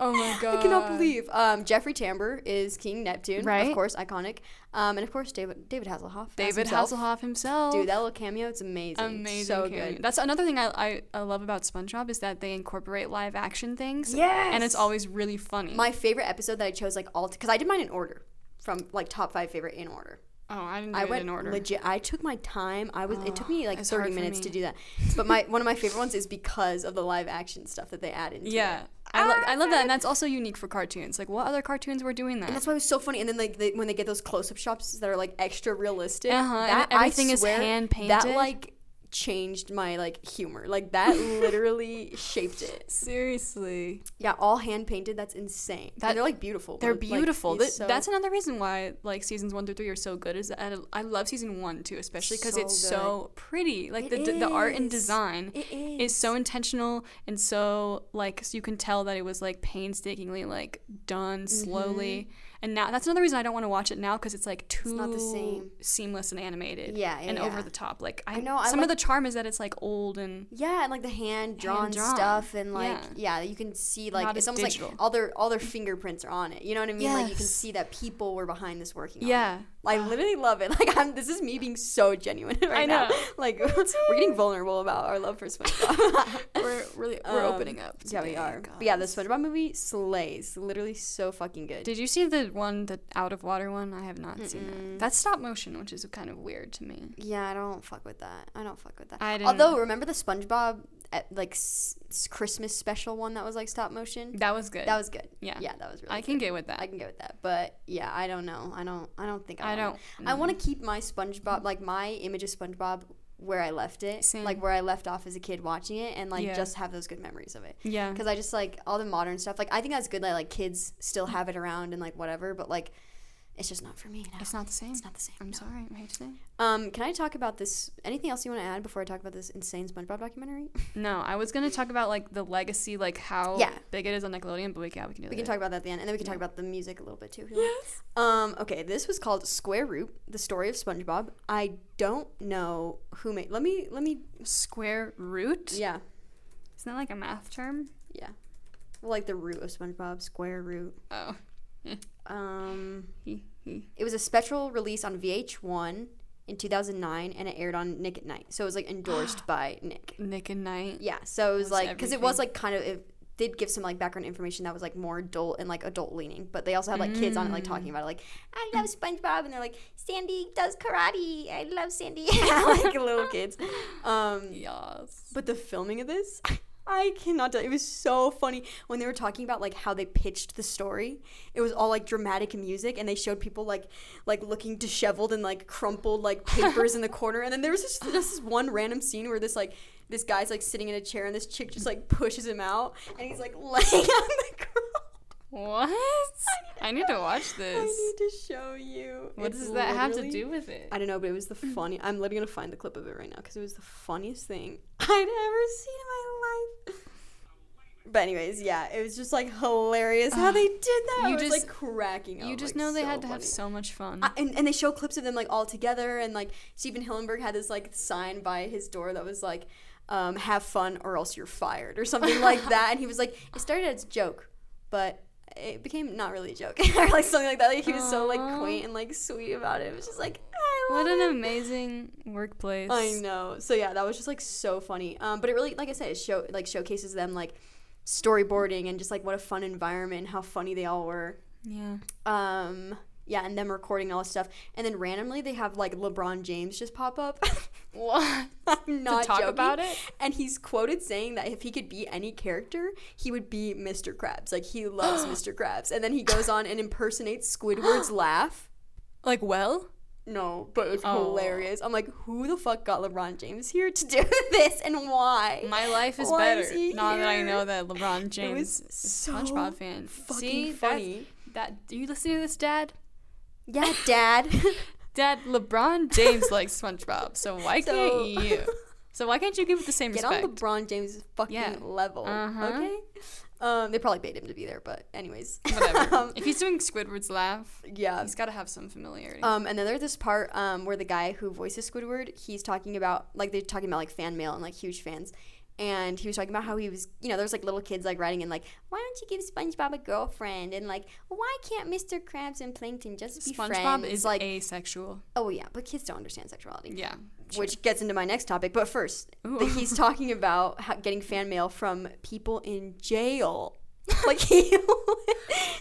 Oh my god.
I cannot believe. Um, Jeffrey Tambor is King Neptune, Of
Right.
course, iconic. Um, and of course, David David Hasselhoff. as
David
himself.
Hasselhoff himself.
Dude, that little cameo, it's amazing.
amazing.
so
cameo.
good.
That's another thing I, I, I love about SpongeBob is that they incorporate live action things. And
Yes!
it's always really funny.
My favorite episode that I chose, like all, because I did mine in order, from like top five favorite in order.
oh, I didn't do
I
it
went
in order. Oh,
legit. I took my time. I was. it took me like
it's
thirty
hard for
minutes to
me.
do that. But my one of my favorite ones is because of the live action stuff that they add into it. Ah.
yeah. I, lo- I love that. And that's also unique for cartoons. Like, what other cartoons were doing that?
That's why it was so funny. And then like they, when they get those close-up shots that are like extra realistic,
Uh-huh, and
that
everything
I
is
swear, That
hand-painted.
like changed my like humor. Like that literally shaped it.
Seriously.
Yeah, all hand painted. That's insane. And
That-
they're like beautiful.
They're
Like,
beautiful.
he's
Th-
so-
That's another reason why like seasons one through three are so good. Is that I, I love season one too, especially because
So
it's
good.
so pretty. Like the
It
d- the art and
is.
design
It
is so intentional and so like so you can tell that it was like painstakingly like done
Mm-hmm.
slowly. And now that's another reason I don't want to watch it now because it's like too
not the same.
seamless and animated.
Yeah,
and
yeah, yeah.
over the top. Like I,
know,
know
I
some
like-
of the charm is that it's like old and
yeah, and like the hand drawn
Hand-drawn.
stuff, and like yeah. you can see like
Not
it's
as
almost
digital.
like all their all their fingerprints are on it. You know what I mean? Like you can
Yes.
see that people were behind this working. on it.
yeah.
I literally love it. Like I'm, this is me being so genuine right
I
now.
know.
Like we're getting vulnerable about our love for SpongeBob.
We're really we're
Um,
opening up.
yeah, we
today,
are. But
guys.
yeah, the SpongeBob movie slays. Literally so fucking good.
Did you see the one, the out of water one? I have not seen that. That's stop motion, which is kind of weird to me.
yeah, I don't fuck with that. I don't fuck with that.
I didn't-
Although remember the SpongeBob eh, like s- s- Christmas special one that was like stop motion.
That was good.
That was good.
Yeah.
yeah, that was really.
I
good.
can get with that.
I can go with that. But yeah, I don't know. I don't. I don't think I.
I
wanna-
don't-
I want to keep my SpongeBob, like my image of SpongeBob, where I left it,
Same.
like where I left off as a kid watching it, and like
Yeah.
just have those good memories of it.
Yeah.
Because I just like all the modern stuff. Like I think that's good that like kids still have it around and like whatever. But like, it's just not for me. Now.
It's not the same.
It's not the same.
I'm sorry. I hate to say.
Um, can I talk about this? Anything else you want to add before I talk about this insane SpongeBob documentary?
No, I was gonna talk about like the legacy, like how
Yeah.
big it is on Nickelodeon, but we, yeah, we can do that.
We can talk about that at the end, and then we can talk about the music a little bit too. Yes. Um. Okay. This was called Square Root: The Story of SpongeBob. I don't know who made. Let me. Let me.
square root.
Yeah.
Isn't that like a math term?
Yeah. Well, like the root of SpongeBob. Square Root.
Oh.
Um.
He, he.
It was a special release on VH1 in 2009, and it aired on Nick at Night. So it was like endorsed by Nick.
Nick and Knight.
Yeah. So it was
Was
like because it was like
everything.
kind of it did give some like background information that was like more adult and like adult leaning, but they also had like kids on it like talking about it like I love SpongeBob and they're like Sandy does karate. I love Sandy. like little kids. Um,
Yes.
but the filming of this, I cannot tell. It was so funny when they were talking about like how they pitched the story. It was all like dramatic music, and they showed people like like looking disheveled and like crumpled like papers in the corner. And then there was just, just this one random scene where this like this guy's like sitting in a chair, and this chick just like pushes him out, and he's like laying on the ground.
What? I need to watch
I
this.
need to show you.
What
It's
does that have to
literally-
do with it?
I don't know, but it was the
Mm.
funny. I'm literally gonna find the clip of it right now because it was the funniest thing I'd ever seen in my life. But anyways, yeah, it was just like hilarious how they did that.
you
You I was
just-
like cracking up.
you just
like,
know they
so
had to have
funny.
so much fun.
I- and, and they show clips of them like all together and like Steven Hillenberg had this like sign by his door that was like um, have fun or else you're fired or something like that and he was like it started as a joke but it became not really a joke or like something like that like he was so like
Aw.
quaint and like sweet about it it was just like I love
what an
it.
amazing workplace.
I know. So yeah, that was just like so funny. Um, but it really, like I said, it show like showcases them like storyboarding and just like what a fun environment and how funny they all were.
Yeah.
Um, yeah, and them recording all this stuff, and then randomly they have like LeBron James just pop up.
What?
I'm not
talk
joking.
about it?
And he's quoted saying that if he could be any character, he would be Mr. Krabs. Like he loves Mr. Krabs. And then he goes on and impersonates Squidward's laugh.
Like well?
No, but it's
Oh.
hilarious. I'm like, who the fuck got LeBron James here to do this and why?
My life is
Why
better
is he
now that I
here?
know that LeBron James
was
is
so
a SpongeBob fan.
fucking
See,
funny.
That's, that do you listen to this, Dad?
yeah, Dad.
Dad, LeBron James likes SpongeBob, so why
So-
can't you? So why can't you give it the same
Get
respect?
on LeBron James' fucking
Yeah.
level.
Uh-huh.
Okay. Um, they probably paid him to be there, but anyways.
Whatever.
Um,
if he's doing Squidward's laugh,
yeah.
he's got to have some familiarity.
Um, and then there's this part um, where the guy who voices Squidward, he's talking about like they're talking about like fan mail and like huge fans, and he was talking about how he was, you know, there's like little kids like writing in like, why don't you give SpongeBob a girlfriend? And like, why can't Mr. Krabs and Plankton just be
SpongeBob
friends?
is
like,
asexual.
oh yeah, but kids don't understand sexuality.
Yeah.
Which gets into my next topic, but first,
Ooh.
that he's talking about how, getting fan mail from people in jail. like he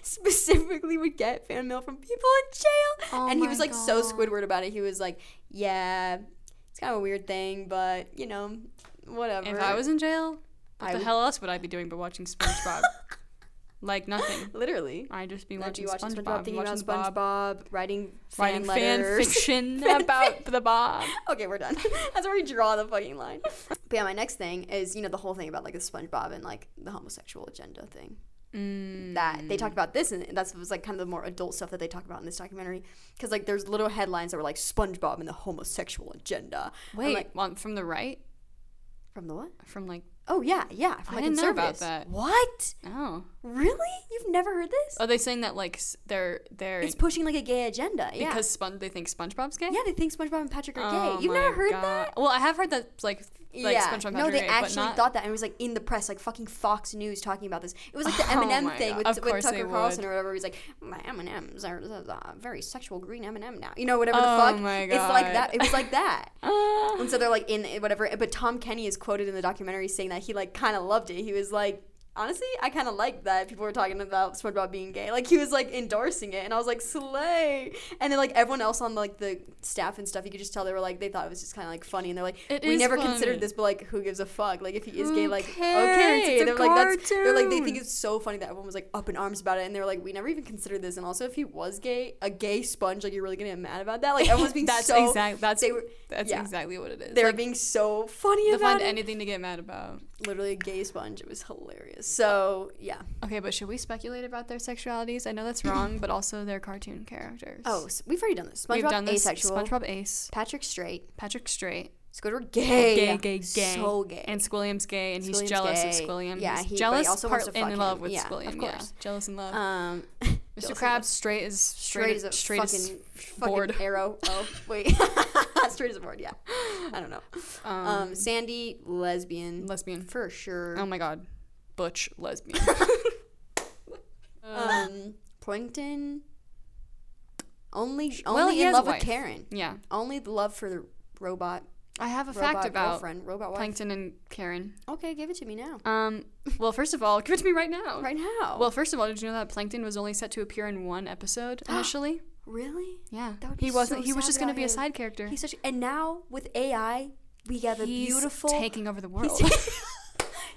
specifically would get fan mail from people in jail,
Oh
and he
my
was like so
God.
Squidward about it. He was like, "Yeah, it's kind of a weird thing, but you know, whatever."
If I was in jail, what
I
the
would-
hell else would I be doing but watching SpongeBob? like nothing.
literally,
I'd just be
I'd be
watching,
watching SpongeBob,
SpongeBob,
thinking
watching
about SpongeBob,
Bob,
writing fan
writing fan
letters.
fiction
Fan
about the Bob.
okay, we're done. That's where we draw the fucking line. But yeah, my next thing is you know the whole thing about like the SpongeBob and like the homosexual agenda thing.
Mm.
that they talked about this and that's was like kind of the more adult stuff that they talk about in this documentary because like there's little headlines that were like SpongeBob and the homosexual agenda. I'm
Wait,
like,
on- from the right?
from the what?
From like,
Oh yeah, yeah. From
I
the
didn't know about
conservatives.
that.
What?
oh.
Really? You've never heard this?
Are they saying that like s- they're they're
It's pushing like a gay agenda. Yeah.
because Spon- they think SpongeBob's gay?
yeah, they think SpongeBob and Patrick are
Oh
gay. You've never
my
heard
God.
that?
Well, I have heard that like like
yeah.
SpongeBob
no,
Patrick
they
are gay,
actually
but not,
thought that and it was like in the press, like fucking Fox News talking about this. It was like the
Oh
Eminem
my
thing
God.
with,
Of
with
course they
Tucker
would.
Carlson or whatever. He's like, my M&Ms are uh, very sexual green M&M now. You know, whatever
Oh
the fuck.
my
It's like that.
God.
It was like that.
Ah.
And so they're like in eh, whatever. But Tom Kenny is quoted in the documentary saying that he like kind of loved it. He was like, honestly, I kind of liked that people were talking about SpongeBob being gay. Like he was like endorsing it, and I was like, slay. And then like everyone else on like the staff and stuff, you could just tell they were like they thought it was just kind of like funny, and they're like,
It
we
is
never
funny.
considered this, but like who gives a fuck? Like if he is
Who
gay, like
cares?
okay.
It's a
they're like that's they're like they
cartoon.
think it's so funny that everyone was like up in arms about it, and they were like we never even considered this. And also if he was gay, a gay sponge, like you're really gonna get mad about that? Like everyone's being
that's
so
exactly that's
they were-
that's
yeah.
exactly what it is.
they're
Like,
being so funny
they'll
about
find
it.
anything to get mad about.
Literally a gay sponge. It was hilarious. So yeah.
Okay, but should we speculate about their sexualities? I know that's wrong, but also their cartoon characters.
Oh, s we've already done this. SpongeBob
we've done this.
asexual.
SpongeBob Ace,
Patrick straight.
Patrick Straight,
Squidward gay.
gay, gay, gay,
So gay.
and Squilliam's gay, and he's
Squilliam's
jealous
gay.
of Squilliam.
Yeah, he- but
he's
he
jealous,
also
part
wants to
in
fuck
love
him.
with
Yeah, of
Squilliam.
course.
Yeah, jealous in love.
um,
Mr.
Joseph
Krabs straight is
straight as a
straight as
fucking,
f-
fucking
board.
arrow. Oh wait, straight as a board. Yeah, I don't know.
Um,
Um, Sandy lesbian
lesbian.
for sure.
Oh my god, butch lesbian.
um, Plankton only
well,
only
he
in
has a
love with
wife.
Karen.
yeah,
Only the love for the robot.
I have a
Robot
fact about
girlfriend. Robot wife.
Plankton and Karen.
Okay, give it to me now.
Um, well, first of all, give it to me right now.
Right now.
Well, first of all, did you know that Plankton was only set to appear in one episode initially?
really?
yeah,
That would be
he wasn't.
so
he was
sad
just going to
without
be a
him.
side character.
He's such and now with AI, we have a
He's
beautiful
taking over the world,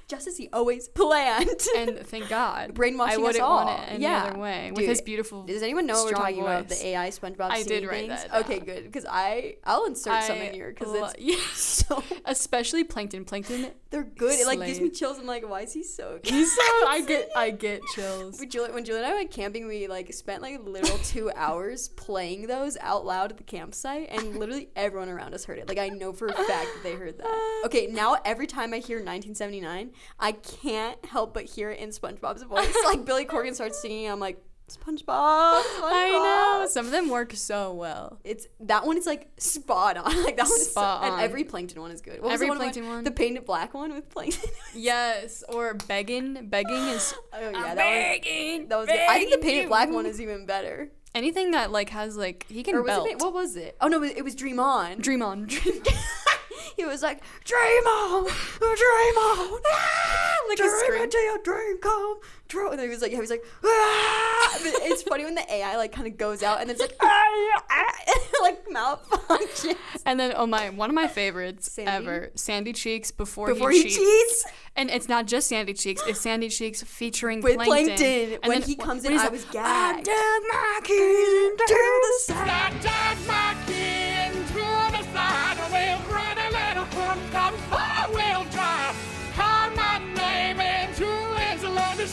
just as he always planned.
and thank God,
Brainwashing us
I wouldn't want
all.
it any
Yeah.
other way. With
Dude,
his beautiful,
Does anyone know what we're
strong
talking about?
voice.
The AI SpongeBob.
I did
singing
write
things?
that
Okay,
down.
good because I I'll insert some
I
in here because
lo-
it's
Yeah.
so
especially Plankton. Plankton
They're good. It like gives me
Slay.
chills. I'm like, why is he so?
He's so I
excited?
get I get chills.
When Juliet, when Juliet and I went camping, we like spent like literal two hours playing those out loud at the campsite, and literally everyone around us heard it. Like I know for a fact that they heard that. Okay, now every time I hear 1979, I can't help but hear it in SpongeBob's voice. Like Billy Corgan starts singing, I'm like SpongeBob.
I know.
SpongeBob."
Some of them work so well.
It's that one is like spot on. Like that one is
Spot
so,
on.
and every plankton one is good. What was
Every
the one about-
plankton one.
The painted black one with plankton.
Yes, or begging. Begging is
oh yeah, that one.
begging.
That was good. I think the painted black one is even better.
anything that like has like he can
Or was
belt.
it, what was it? Oh no, it was Dream On.
Dream on, dream.
he was like, Dream on, dream on,
Ah, Like a
dream
scream.
until your dream come true. And then he was like, he was like, ah! But it's funny when the AI like kind of goes out and it's like, ah, ah, like malfunction
And then oh my, one of my favorites
Sandy?
ever, Sandy Cheeks before,
before
he,
he
cheats.
cheats.
And it's not just Sandy Cheeks; it's Sandy Cheeks featuring
With
Plankton.
Plankton.
And
When
then
he
wh-
comes
when
in,
he's
I
like,
was gagged.
dug my keys into the sand."
I dug my chin to the side. We'll grind a little crumb, come far, we'll drive. Call my name into his love to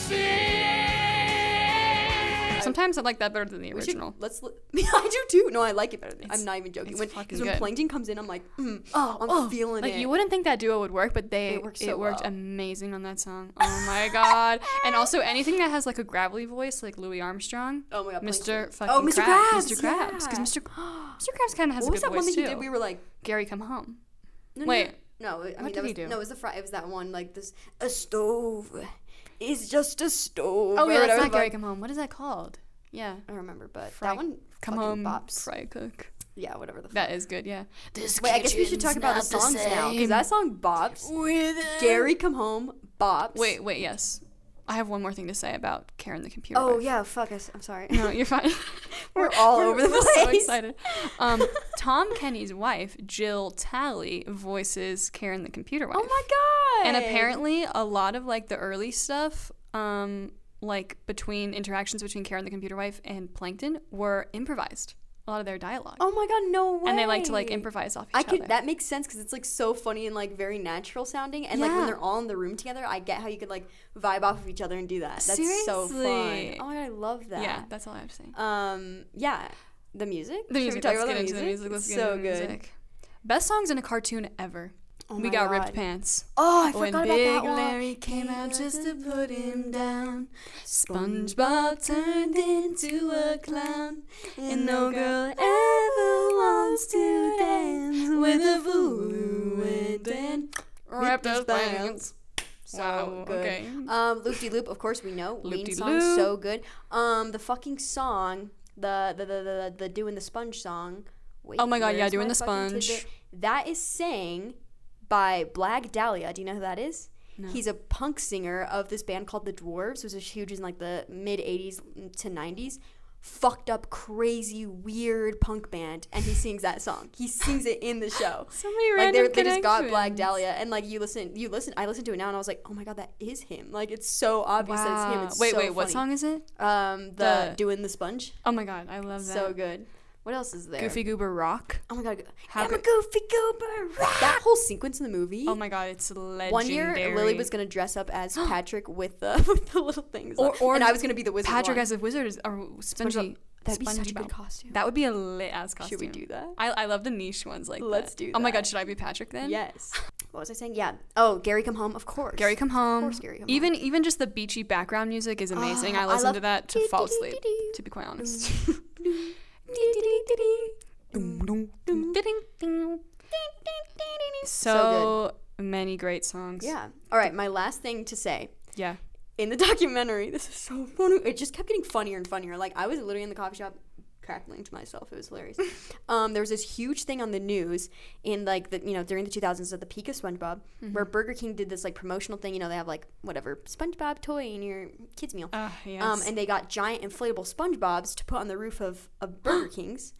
see.
Sometimes I like that better than the
We should-
original.
let's. Li- I do too. No, I like it better. Than, I'm not even joking.
it's
When,
fucking
'cause when
good.
Plankton comes in, I'm like, mm, oh, I'm feeling
like
it.
you wouldn't think that duo would work, but they
It
it,
works so
worked
well.
amazing on that song. Oh my god! and also anything that has like a gravelly voice, like Louis Armstrong.
Oh my God,
Mr.
Plankton.
Fucking
Oh, Mr.
Krabs,
Krabs,
Mr. Krabs, because
yeah.
Mr. Mr. Krabs kind of has
what
a good
was that
voice
one that
too.
he did? We were like,
Gary, come home.
No,
Wait.
No, no. no I mean,
What
that
did
was,
he do?
No, it was the fry. It was that one like this. A stove is just a stove.
Oh
or
yeah, that's
whatever
not
the
Gary,
fuck-
come home. What is that called? Yeah.
I don't remember, but
Fry-
that one.
Come
fucking
home,
Bops.
fry cook.
Yeah, whatever the. Fuck.
That is good. Yeah. This
Wait, I guess we should talk about the songs now because that song bops. Gary, come home. Bops.
Wait, wait, yes. I have one more thing to say about Karen the computer.
Oh
wife.
yeah, fuck us. I'm sorry.
No, you're fine.
We're all over the
so
place. Oh
excited. Um, Tom Kenny's wife, Jill Talley, voices Karen the computer wife.
Oh my god.
And apparently, a lot of like the early stuff, um, like between interactions between Karen the computer wife and Plankton, were improvised. A lot of their dialogue,
Oh my god, no way.
and they like to like improvise off each
I could.
other.
That makes sense because it's like so funny and like very natural sounding. And like when
Yeah.
they're all in the room together, I get how you could like vibe off of each other and do that. That's so fun.
Seriously.
Oh my god, I love that.
yeah, that's all I have to say.
Um. Yeah. The music.
The music.
Should we
Let's
talk
get
about
into
the
the
music?
music. Let's
It's
get
so
into the
good.
music. Best songs in a cartoon ever.
Oh
we
my
got ripped
God.
pants.
Oh, I
when
forgot
Big
about that one.
Larry came out just to put him down, SpongeBob turned into a clown, and no girl ever wants to dance with a fool. And then ripped his pants. Oh,
So
Wow,
good.
okay.
Um, Loop De Loop. Of course, we know. Ween song,
Loop-de-loop.
so good. Um, the fucking song, the the the the, the, the doing the sponge song. Wait,
Oh my God, yeah,
where's
Doing
my
the
fucking
Sponge.
tidbit? That is sang by Black Dahlia. Do you know who that is? He's a punk singer of this band called The Dwarves, which was huge in like the mid '80s to '90s. Fucked up, crazy, weird punk band, and he sings that song. He sings it in the show.
So many
like they,
random
they just got Black
connections.
Dahlia, and like you listen, you listen. I listened to it now, and I was like, oh my god, that is him. Like it's so obvious that it's him.
Wow.
It's
Ah, wait,
so
wait, what
funny.
song is it?
Um, the,
The-
doing the sponge.
Oh my god, I love that.
So good. What else is there?
Goofy Goober Rock.
Oh my god.
How
I'm a
good-
goofy goober. That whole sequence in the movie.
Oh my god, it's legendary.
one year, Lily was gonna dress up as Patrick with the with the little things,
Or- or
and I was gonna be the wizard.
Patrick
one.
as a wizard is or Spongy.
That'd be such a
SpongeBob.
good costume.
That would be a lit ass costume.
Should we do that?
I, I love the niche ones like
Let's
that.
do
Oh my
that.
god, should I be Patrick then?
Yes. What was I saying? Yeah. Oh, Gary, come home. Of course.
Gary come home.
course, Gary Come Home.
even even just the beachy background music is amazing.
Oh,
I
I
listen
love-
to that to fall asleep,
Dee-dee-dee-dee-dee.
to be quite honest.
Mm.
so many great songs.
Yeah. All right. My last thing to say
Yeah.
in the documentary. This is so funny. It just kept getting funnier and funnier. Like I was literally in the coffee shop cackling to myself. It was hilarious. um, there was this huge thing on the news in like the you know during the 2000s at the peak of SpongeBob,
Mm-hmm.
where Burger King did this like promotional thing. You know they have like whatever SpongeBob toy in your kids meal.
Ah, yes.
Um, and they got giant inflatable SpongeBob's to put on the roof of, of Burger King's.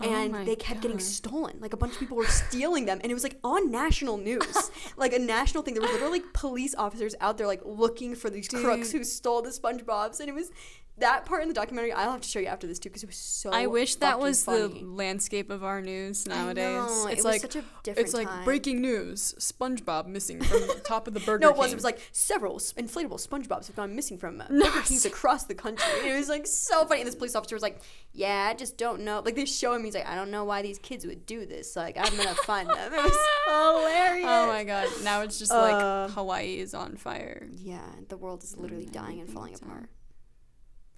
Oh
and
my
they kept getting
God.
stolen. Like a bunch of people were stealing them, and it was like on national news, like a national thing. There was literally like, police officers out there like looking for these crooks
Dude.
who stole the SpongeBob's, and it was that part in the documentary. I'll have to show you after this too because it was so.
I wish that
Oh, fucking
was
funny.
the landscape of our news nowadays.
know, it
It's
was
like
such a
it's
different
like
time.
breaking news: SpongeBob missing from the top of the Burger
No, it was.
King.
It was like several s- inflatable SpongeBob's have gone missing from uh, Burger Kings across the country. It was like so funny. And this police officer was like, "Yeah, I just don't know." Like they show him, he's like, "I don't know why these kids would do this. Like I'm gonna find them." It was hilarious.
oh my god! Now it's just
Uh,
like Hawaii is on fire.
Yeah, the world is literally
Mm,
dying and falling apart.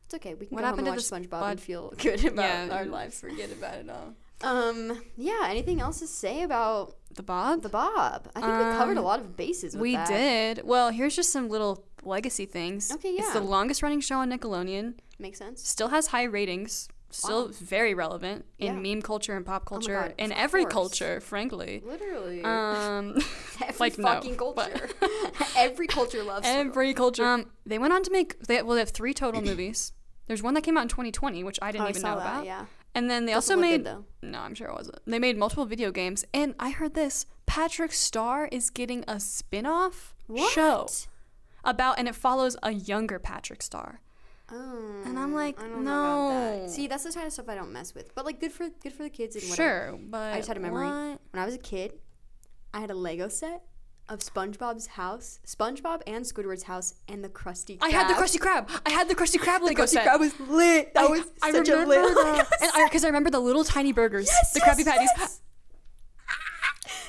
It's okay. We can
What
go home and
happened
watch
to the
SpongeBob and
spod-
feel good about
yeah,
our lives.
Forget about it all.
Um, yeah. Anything else to say about
The Bob.
the Bob? I think we covered a
Um,
lot of bases. With
we
that.
did. Well, here's just some little legacy things.
Okay,
It's the
yeah.
longest running show on Nickelodeon.
Makes sense.
Still has high ratings. Still
Wow.
very relevant in
Yeah. Oh
meme culture and pop culture
God,
and
of
every
course.
culture, frankly.
Literally.
Um,
Every
like, no,
fucking
but-
culture. Every culture loves
every culture. Um, they went on to make they well they have three total movies. There's one that came out in 2020, which I didn't
Oh, I
even
saw
know
that,
about.
yeah.
And then they
Doesn't
also
look
made
good, though.
no, I'm sure it wasn't. They made multiple video games, and I heard this: Patrick Starr is getting a spin-off show
What?
about, and it follows a younger Patrick Starr.
Oh,
And I'm like,
I don't know about
no.
that. See, that's the kind of stuff I don't mess with. But like, good for good for the kids and whatever.
Sure, but
I just had a memory.
what?
When I was a kid, I had a Lego set of SpongeBob's house, SpongeBob and Squidward's house, and the Krusty. Krab.
I had the Krusty Krab. I had the Krusty Krab Lego
Krusty
set.
Krab was lit. That was
I
such
remember
a lit.
that. and I because I remember the little tiny burgers,
Yes,
the
yes,
Krabby Patties.
yes.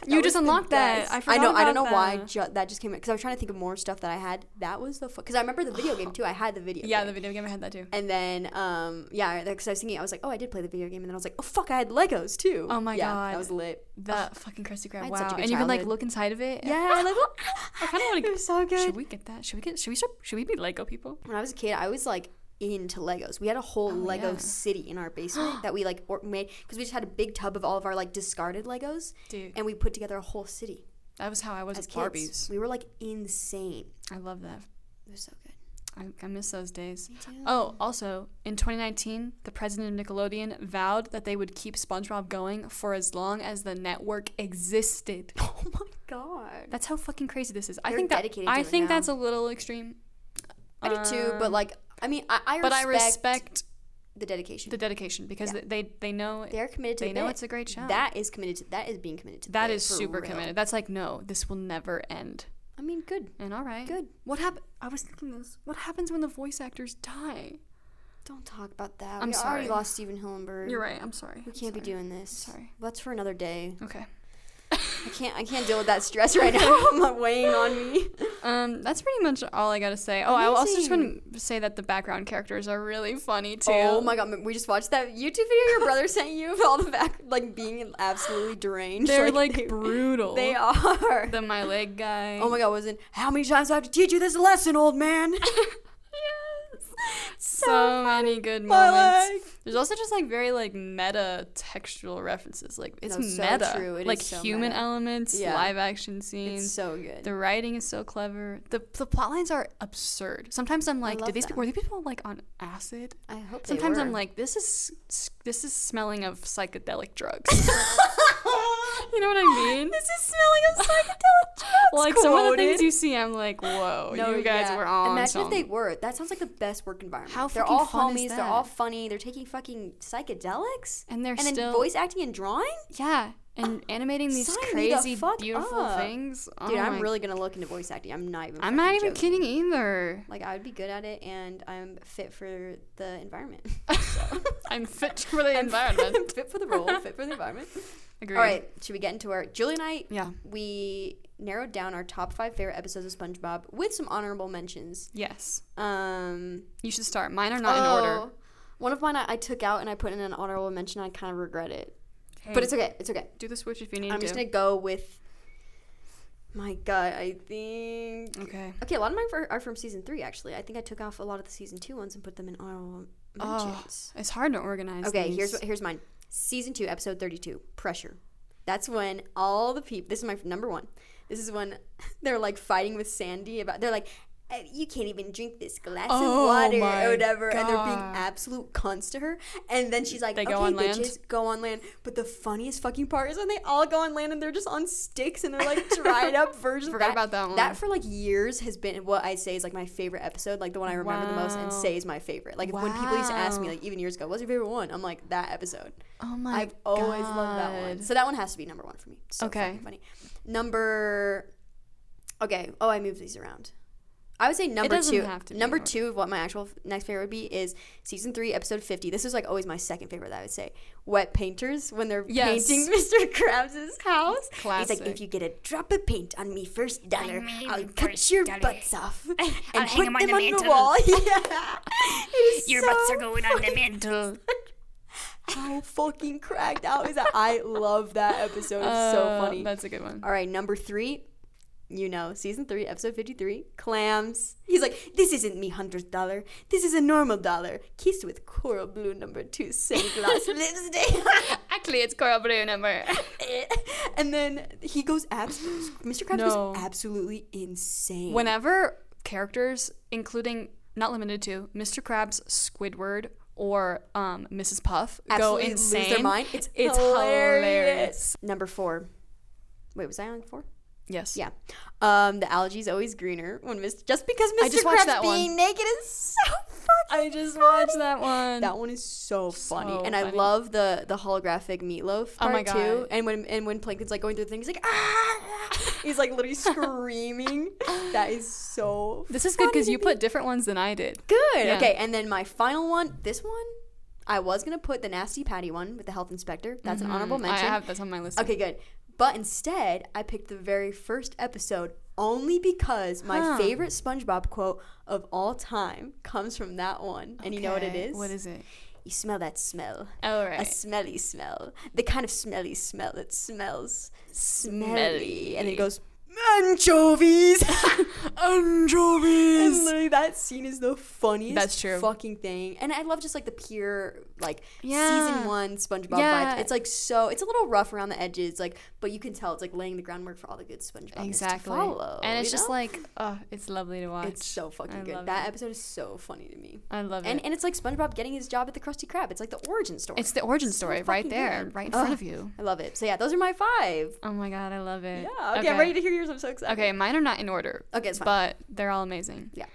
You
That
just
was the
unlocked that.
best.
I forgot
know. I don't know why ju- that just came because I was trying to think of more stuff that I had. That was the because I remember the video game too. I had the video.
Yeah,
game.
the video game. I had that too.
And then, um, yeah, because I was thinking, I was like, oh, I did play the video game, and then I was like, oh fuck, I had Legos too.
Oh my
yeah,
God.
that was lit.
That fucking Krusty Krab.
oh, had
Wow.
such a
And
good
you can like
childhood.
look inside of it.
Yeah, like,
I kind of want
it
to.
was so good.
Should we get that? Should we get? Should we start? Should we be Lego people?
when I was a kid, I was like into Legos. We had a whole Lego
Oh, yeah.
city in our basement that we like or- made because we just had a big tub of all of our like discarded Legos,
Dude.
and we put together a whole city
That was how I was
as
with
kids.
Barbies.
We were like insane.
I love that.
It was so good.
I, I miss those days. Oh, also in 2019, the president of Nickelodeon vowed that they would keep SpongeBob going for as long as the network existed.
Oh my god.
That's how fucking crazy this is. I
They're
think that
dedicated to
I
it
think
now.
that's a little extreme.
I did too, but
Um,
like, I mean, I, I
but
respect
I respect
the dedication.
the dedication because
Yeah.
they they know
They're committed to.
they
the
know
bit.
it's a great show.
That is committed to. That is being committed to. the
that
bit,
is
for
super
real.
committed. That's like no, this will never end.
I mean, good.
And all right,
Good.
What happened? I was thinking this. What happens when the voice actors die?
Don't talk about that.
I'm
we
sorry.
already lost Steven Hillenburg.
You're right. I'm sorry.
We can't be doing this.
sorry.
That's for another day.
Okay.
I can't. I can't deal with that stress right now. I'm weighing on me.
Um, that's pretty much all I gotta say. Oh, I also just want to say that the background characters are really funny too.
Oh my god! We just watched that YouTube video your brother sent you of all the back, like being absolutely deranged.
They're like,
they-
brutal.
They are.
The my leg guy.
oh my god! Wasn't how many times do I have to teach you this lesson, old man?
so, many good
My
moments.
leg.
There's also just like very like meta textual references. Like it's
No, so
meta,
true. It
like
is so
human
meta.
elements,
Yeah.
live action scenes.
it's so good.
the writing is so clever. The the plot lines are absurd. Sometimes I'm like,
love
did these
that.
were these people like on acid?
I hope. they
Sometimes I'm
were.
like, this is s- this is smelling of psychedelic drugs. you know what I mean?
This is smelling of psychedelic drugs.
like some of the
quoted.
things you see, I'm like, whoa, you guys
yeah.
were on.
Imagine
something.
if they were. That sounds like the best work environment.
How
they're
fucking
all
fun
homies.
is
They're all
that?
funny. They're taking fucking psychedelics
And they're
and then
still-
voice acting and drawing.
yeah, and animating these
sign me the
crazy,
fuck
beautiful
up.
things. Oh
Dude, I'm
my-
really gonna look into voice acting. I'm not even.
I'm not
fucking
even
joking.
kidding either.
Like I would be good at it, and I'm fit for the environment.
I'm fit for the environment.
fit for the role. Fit for the environment.
Agreed.
All right, should we get into our Julie and I?
Yeah.
We narrowed down our top five favorite episodes of SpongeBob with some honorable mentions.
Yes,
Um,
you should start. Mine are not in order.
Oh. One of mine I, I took out and I put in an honorable mention. I kind of regret it,
Hey,
but it's okay. It's okay.
do the switch if you need
I'm
to.
just gonna go with my gut. I think.
okay.
Okay, a lot of mine are, are from season three. Actually, I think I took off a lot of the season two ones and put them in honorable
Oh,
mentions.
it's hard to organize.
okay,
these.
here's what- here's mine. Season two, episode thirty-two, pressure. That's when all the people. This is my f- number one. This is when they're like fighting with Sandy about. They're like, uh, you can't even drink this glass
Oh
of water
my
or whatever. And they're being
God.
absolute cunts to her. And then she's like,
They
okay,
go on land?
bitches, go on land. But the funniest fucking part is when they all go on land and they're just on sticks and they're like dried up versions.
Forgot about that one.
That for like years has been what I say is like my favorite episode, like the one I remember the most and
Wow.
say is my favorite. Like when people used to ask me
Wow.
like even years ago, what's your favorite one? I'm like that episode.
Oh my
I've always loved that one.
God.
So that one has to be number one for me. So
Okay.
fucking funny. Number. Okay. Oh, I moved these around. I would say number
doesn't
two.
have to be
number
in order.
two of what my actual f- next favorite would be is season three, episode fifty. This is like always my second favorite. That I would say wet painters when they're
Yes.
painting Mr. Krabs' house. He's like,
Classic.
if you get a drop of paint on me first dollar, I'll cut your butts off and put them on the, wall. yeah, It is
Your
so
butts are going on the mantle.
how fucking cracked out is that? I love that episode. It's so
Uh,
funny.
That's a good one.
All right, number three. You know, season three, episode fifty-three, clams. He's like, "This isn't me hundredth dollar. This is a normal dollar, kissed with coral blue number two sunglass lipstick."
Actually, it's Coral Blue number.
and then he goes absolutely. Mr. Krabs
No.
goes absolutely insane.
Whenever characters, including not limited to Mr. Krabs, Squidward, or um, Mrs. Puff,
Absolutely
go
lose their
insane,
mind. It's
hilarious.
hilarious. number four. Wait, was I on four?
Yes.
Yeah. Um, the algae's always greener when Mr. Just because Mr.
just watched
Krabs
that one.
being naked is so fucking.
I just watched that one.
That one is so funny,
So
and I
funny.
love the the holographic meatloaf
Oh
part
my
too.
God.
And when and when Plankton's like going through the thing, he's like ah, he's like literally screaming. That is so.
This is good
funny
because
to
you
me.
put different ones than I did.
good.
Yeah.
Okay, and then my final one. This one, I was gonna put the nasty patty one with the health inspector. That's an honorable
Mm-hmm. I
mention.
have this on my list.
Okay, good. But instead, I picked the very first episode only because my
Huh.
favorite SpongeBob quote of all time comes from that one. And you know what it
Okay,
is?
What is it?
You smell that smell.
All
A
right.
smelly smell. The kind of smelly smell that smells smelly. And it goes, anchovies! and
Anchovies.
literally, that scene is the funniest
That's true.
fucking thing. And I love just like the pure, like,
Yeah.
season one SpongeBob
Yeah.
vibes. It's like so, it's a little rough around the edges, like, but you can tell it's like laying the groundwork for all the good SpongeBob to
Exactly.
follow.
and it's
you
just
know?
like, oh, it's lovely to watch.
it's so fucking
I
good.
love
That
it.
episode is so funny to me.
I love
And,
it.
and it's like SpongeBob getting his job at the Krusty Krab. It's like the origin story.
It's the origin story right
fucking
there,
good.
right in front
Ugh.
of you.
I love it. So yeah, those are my five.
Oh my god, I love it.
Yeah. Okay, I'm ready to hear yours. I'm so excited.
Okay, mine are not in order.
Okay, it's fine.
But they're all amazing.
Yeah.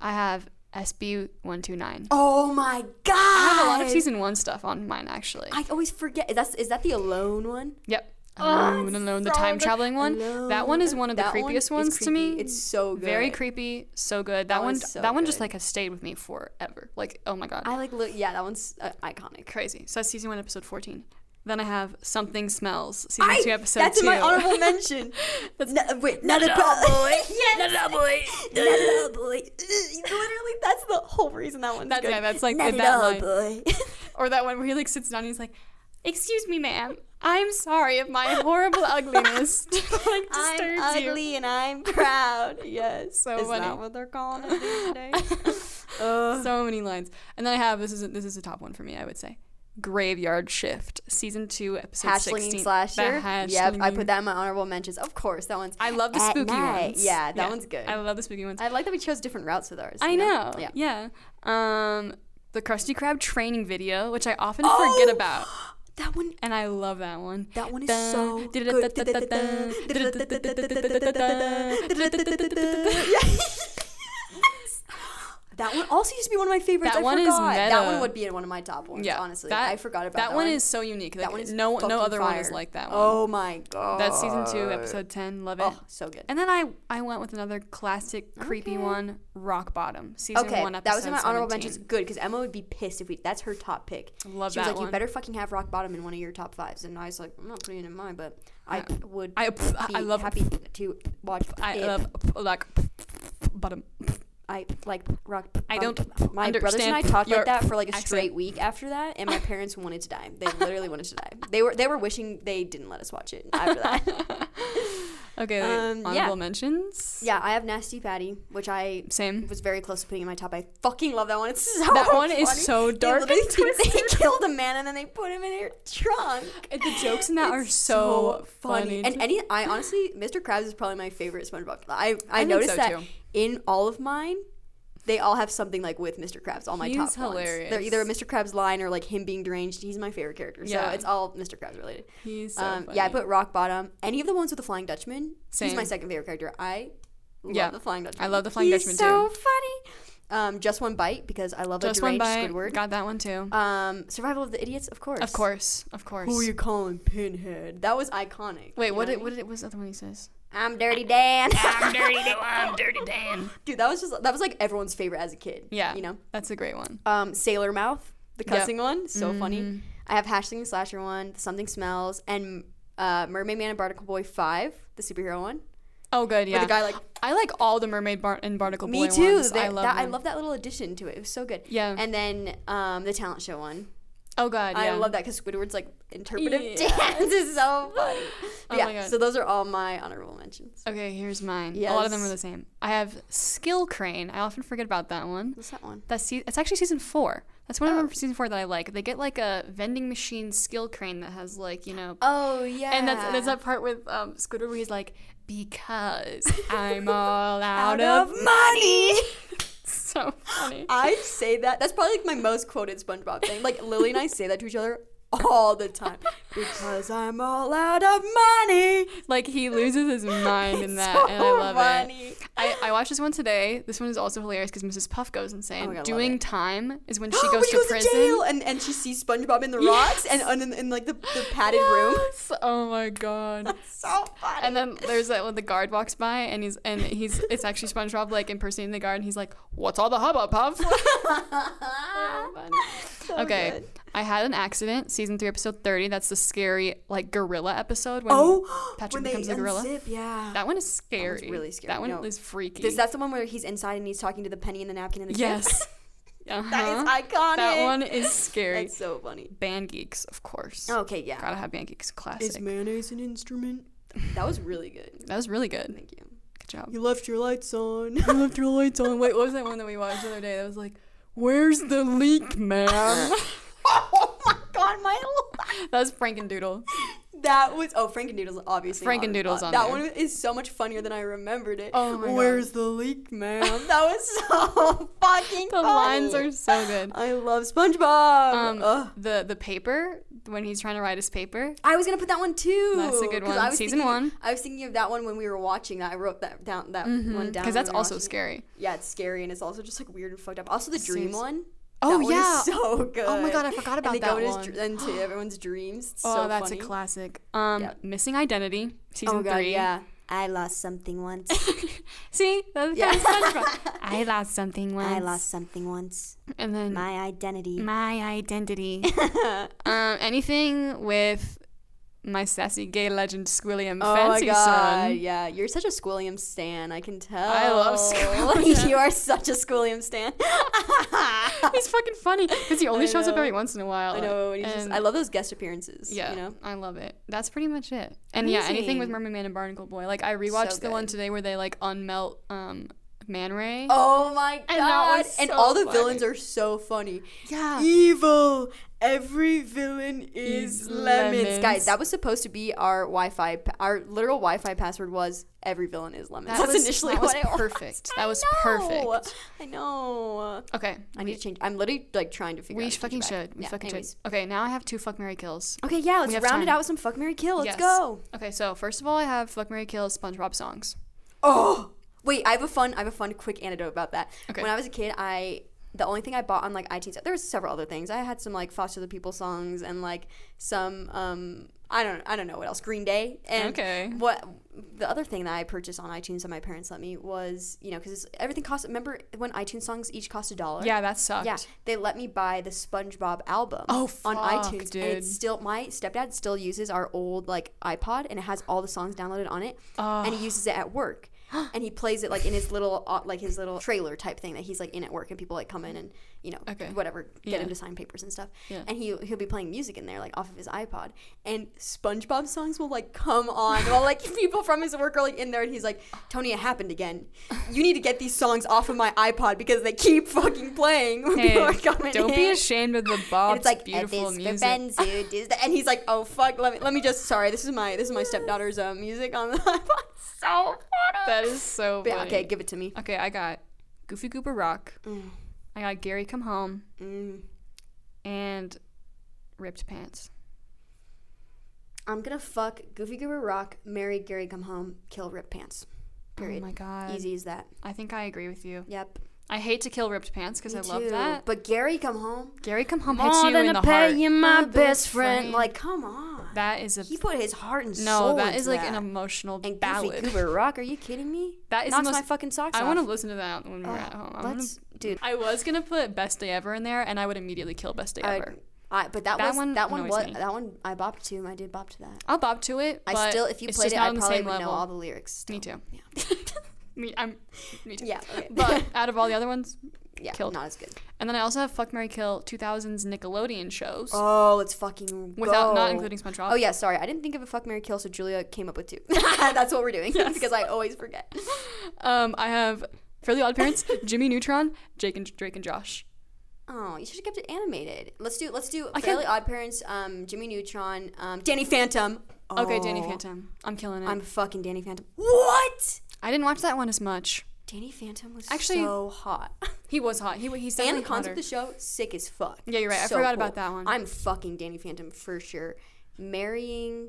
I have SB one two nine.
Oh my god.
I have a lot of season one stuff on mine actually.
I always forget. That's is that the alone one?
yep. Alone,
it's
alone, the
so
time
good.
traveling one. That one is one of the
That one
creepiest
is
ones to me.
creepy. It's so good.
Very creepy, so good. That,
That
one,
one's so
that one just
good.
like has stayed with me forever. Like, oh my god,
I like look. Yeah, that one's uh, iconic.
crazy. So that's season one, episode fourteen. Then I have something smells, season two, episode
that's
two.
in my honorable mention. that's wait, not a boy. yes. Not a boy. Not a boy. Literally, that's the whole reason that one's
That-
good.
yeah, that's like-
not
that
a
line.
boy.
or that one where he like sits down and he's like, "Excuse me, ma'am, I'm sorry if my horrible ugliness like disturbs
I'm
you."
ugly and I'm proud. Yes,
So
is
funny.
that what they're calling it these days? Ugh.
so many lines. And then I have this is this is a top one for me, I would say. Graveyard Shift, season two, episode
Hatchling
sixteen.
slasher.
The
Yep, I put
hatchlinging.
that in my honorable mentions. Of course, that one's.
I love the
at
spooky
night.
ones.
Yeah, that one's good.
I
I,
love the spooky ones.
like that we chose different routes with ours.
I
you
know.
Yeah.
Yeah. Um, the Krusty Krab training video, which I often
Oh!
forget about,
That one.
and I love that one.
That one is
Dun,
so good.
da-da-da-da-da-da, da-da-da-da-da-da-da-da.
Yes. That one also used to be one of my favorites.
That
I
one is
forgot. That
meta.
one would be in one of my top ones.
Yeah,
honestly,
that-
I forgot about
That, one, is so unique. Like,
that one is
no no
fucking
other one is
fire.
like that one.
Oh my god.
That's season two, episode ten. Love it.
Oh, so good.
And then I I went with another classic creepy
Okay.
one, Rock Bottom, season
Okay,
one episode.
that was in my honorable
17.
mentions. Good, because Emma would be pissed if we. That's her top pick.
Love
she was
that
like, "You
one.
better fucking have Rock Bottom in one of your top fives. And I was like, "I'm not putting it in mine, but I
Yeah.
would.
I-
be
I love-
happy to watch.
I
it.
love like bottom.
I like rock.
I
bottom.
don't
My brothers and I
understand
talked like
your
that for like a
accent.
straight week after that, and my parents wanted to die. They literally wanted to die. They were they were wishing they didn't let us watch it after that.
Okay, wait,
Um, yeah.
honorable mentions.
yeah, I have Nasty Patty, which I
Same.
was very close to putting in my top. I fucking love that one. It's so
That one is
funny.
so
They
dark
literally
and
think They killed a man and then they put him in their trunk.
And the jokes in that are
It's
so funny.
And any, I honestly, Mr. Krabs is probably my favorite SpongeBob. I I,
think
noticed
so,
that
too.
in all of mine, they all have something like with Mr. Krabs. All my
He's
top ones. They're
hilarious.
either a Mr. Krabs line or like him being deranged. He's my favorite character.
Yeah.
So it's all Mr. Krabs related.
He's so
um, yeah, I
funny.
put Rock Bottom. Any of the ones with the Flying Dutchman. He's my
Same.
second favorite character. I love
Yeah.
the Flying Dutchman.
I love the Flying
He's
Dutchman,
so funny. Um, just one bite because I love
Just
a
one
deranged
bite.
Squidward.
Got that one too.
um, Survival of the Idiots, of course.
of course, of course.
Who are you calling Pinhead? That was iconic.
Wait,
you
what
know
did,
I
what
mean?
did it was the other one he says?
I'm Dirty Dan.
I'm dirty. Dan- I'm dirty Dan.
Dude, that was just that was like everyone's favorite as a kid.
Yeah,
You know?
that's a great one.
Um, Sailor Mouth, the
Yep. Mm-hmm.
cussing one, so funny. I have Hatchling and Slasher one, the Something Smells, and uh, Mermaid Man and Barnacle Boy five, the superhero one.
Oh, good. Yeah,
the guy, like-
I like all the Mermaid Bar- and Barnacle
Me
Boy
too.
ones.
that,
I love.
that, I
them.
love that little addition to it. It was so good.
Yeah.
And then um, the talent show one.
Oh god, yeah.
I love that because Squidward's like interpretive
Yeah.
dance is so funny. But
Oh
yeah.
my God.
So those are all my honorable mentions.
Okay, here's mine. A lot of them are
Yes.
the same. I have Skill Crane. I often forget about that one.
What's that one?
That's se- it's actually season four. That's
Oh.
one I remember from season four that I like. They get like a vending machine skill crane that has like you know,
Oh yeah.
and that's there's that part with um, Squidward where he's like, because I'm all out, of
money.
so funny.
I say that. That's probably like my most quoted SpongeBob thing. Like Lily and I say that to each other all the time because I'm all out of money.
Like he loses his mind in that,
so
and I love
funny.
it. I, I watched this one today. This one is also hilarious because Mrs. Puff goes insane.
Oh my God, I love
Doing
it.
time is when she
Oh, When
goes to prison.
jail and, and she sees SpongeBob in the rocks and, and in, in like the, the padded room.
Yes. Oh my god.
So funny.
And then there's that when the guard walks by and he's and he's it's actually SpongeBob like impersonating the guard and he's like, "What's all the hubbub, Puff?"
Oh
So funny.
Ah. So
okay, Mm.
good.
I had an accident. Season three, episode thirty. That's the scary like gorilla episode when
Oh,
Patrick
when they
becomes a gorilla.
unzip, yeah.
That one is scary.
really scary.
That one
No.
is freaky.
This- that's the one where he's inside and he's talking to the penny and the napkin and the
yes.
chip.
uh-huh.
That is iconic.
That one is scary. Oh.
That's so funny.
Band geeks, of course.
Okay, yeah.
Gotta have band geeks classic.
Is mayonnaise an instrument?
That was really good.
that was really good.
Thank you.
Good job.
You left your lights on.
I left your lights on. Wait, what was that one that we watched the other day? That was like, "Where's the leak, man?"
Oh my god, my
that was Frankendoodle.
That was oh Frankendoodle's obviously not
Frankendoodle's on
that
there.
one is so much funnier than I remembered it.
Oh my God.
Where's the leak, man?
that was so fucking.
The lines are so good.
I love SpongeBob.
Um,
Ugh.
the the paper when he's trying to write his paper.
I was gonna put that one too.
That's a good
'cause
one.
I was
Season
thinking-
one.
I was thinking of that one when we were watching that. I wrote that down. That one down
Because that's
when we were
also
watching it.
scary.
Yeah, it's scary and it's also just like weird and fucked up. Also, the dream
Serious-
one.
Oh,
that one
yeah.
is so good.
Oh my God, I forgot about
and they
that
go into his
one.
dr- into everyone's dreams. It's
oh,
so
that's
funny.
a classic. Um,
Yep.
Missing Identity season
Oh god,
three.
yeah. I lost something once.
See, that's
Yeah.
that's SpongeBob. I lost something once.
something once. uh,
and then my,
identity.
identity. um, anything with my sassy gay legend Squilliam
Oh
Fancy
my god!
Son.
Yeah, you're such a Squilliam stan. I can tell.
I love Squilliam.
you are such a Squilliam stan. I
He's fucking funny because he only
I
shows up
know.
every once in a while.
know. and he's just-
and-
I love those guest appearances. Yeah.
Yeah,
You know.
I love it. That's pretty much it. And yeah, anything with
Amazing.
Mermaid Man and Barnacle Boy. Like I rewatched the one
good.
today where they like unmelt um Man Ray.
Oh my god!
And that
And,
was so
all the
funny.
villains are so funny.
yeah.
Evil. Every villain is
Is
lemon.
lemon.
Guys, that was supposed to be our Wi-Fi. pa- Our literal Wi-Fi password was "Every villain is lemon."
That
That's
was-
initially
that was
what it was.
perfect. That
I
was
know.
perfect.
I know.
Okay.
I need to change. I'm literally like trying to figure.
We
out how to
fucking
change it back.
should. We
Yeah,
fucking
anyways.
should. Okay, now I have two fuck Mary kills.
Okay, yeah, let's
have
round it
time.
out with some fuck Mary kill. Let's
Yes.
go.
Okay, so first of all, I have fuck Mary kill SpongeBob songs.
Oh, wait, I have a fun, I have a fun quick anecdote about that.
Okay.
When I was a kid, I the only thing I bought on like iTunes, there was several other things. I had some like Foster the People songs and like some um I don't I don't know what else Green Day and
Okay.
what the other thing that I purchased on iTunes that my parents let me was you know because everything cost remember when iTunes songs each cost a dollar
Yeah, that sucked.
yeah, they let me buy the SpongeBob album
Oh,
on
fuck,
iTunes, and
dude.
it's still my stepdad still uses our old like iPod, and it has all the songs downloaded on it, and he uses it at work, and he plays it like in his little uh, like his little trailer type thing that he's like in at work, and people like come in and you know
Okay.
whatever get
Yeah.
him to sign papers and stuff,
Yeah.
and he he'll be playing music in there like off of his iPod, and SpongeBob songs will like come on while like people from his work are like in there, and he's like Tony, it happened again, you need to get these songs off of my iPod because they keep fucking playing when
Hey,
people are coming
don't
in.
be ashamed of the
And
Bob's
it's like
beautiful
"F is for
music.
Benzu, does that- and he's like, "Oh fuck, let me let me just sorry, this is my this is my stepdaughter's uh, music on the iPod." So funny.
That is so
But yeah,
funny.
okay, give it to me.
Okay, I got Goofy Goober Rock.
Mm.
I got Gary Come Home
Mm.
and Ripped Pants.
I'm gonna fuck Goofy Goober Rock, marry Gary Come Home, kill Rip Pants. Period.
Oh my god.
Easy as that.
I think I agree with you.
Yep.
I hate to kill Ripped Pants because I love
Dude,
that.
But Gary Come Home,
Gary Come Home hits you in the heart.
you my
best friend.
Like, come on.
That is a
he put his heart and soul.
no. That is
into
like
that.
an emotional
and Goofy
ballad.
Goober Rock. Are you kidding me?
That is the
Knocks
most,
my fucking socks
I
off. Oh,
want to listen to that when we're at home. I'm gonna-
Let's, dude.
I was gonna put Best Day Ever in there, and I would immediately kill Best Day
I,
Ever.
I, but that,
That
was
one
that one
annoys
was
me.
that one I bopped to. I did bop to that.
I'll bob to it.
I
but
still, if you
it's
played
just
it,
not
I
on the
probably
same
would know
level.
all the lyrics. Still.
Me too.
Yeah.
Me, I'm me too.
yeah. Okay.
But out of all the other ones,
yeah,
killed.
not as good.
and then I also have Fuck Mary Kill 2000s Nickelodeon shows
Oh, it's fucking
without not
go.
including SpongeBob.
Oh yeah, sorry. I didn't think of a fuck Mary Kill, so Julia came up with two. That's what we're doing because I always forget.
Um, I have Fairly Odd Parents, Jimmy Neutron, Jake and Drake and Josh.
Oh, you should have kept it animated. Let's do let's do
can't-
Fairly Odd Parents, um, Jimmy Neutron, um, Danny Phantom.
Okay, Danny
Oh,
Phantom. I'm killing it.
I'm fucking Danny Phantom. What?
I did not watch that one as much.
Danny Phantom was
Actually-
actually so hot.
He was hot. He he's
and
definitely
the concept of
hotter.
the show, sick as fuck.
Yeah, you're right. I forgot about that one.
I'm fucking Danny Phantom for sure. Marrying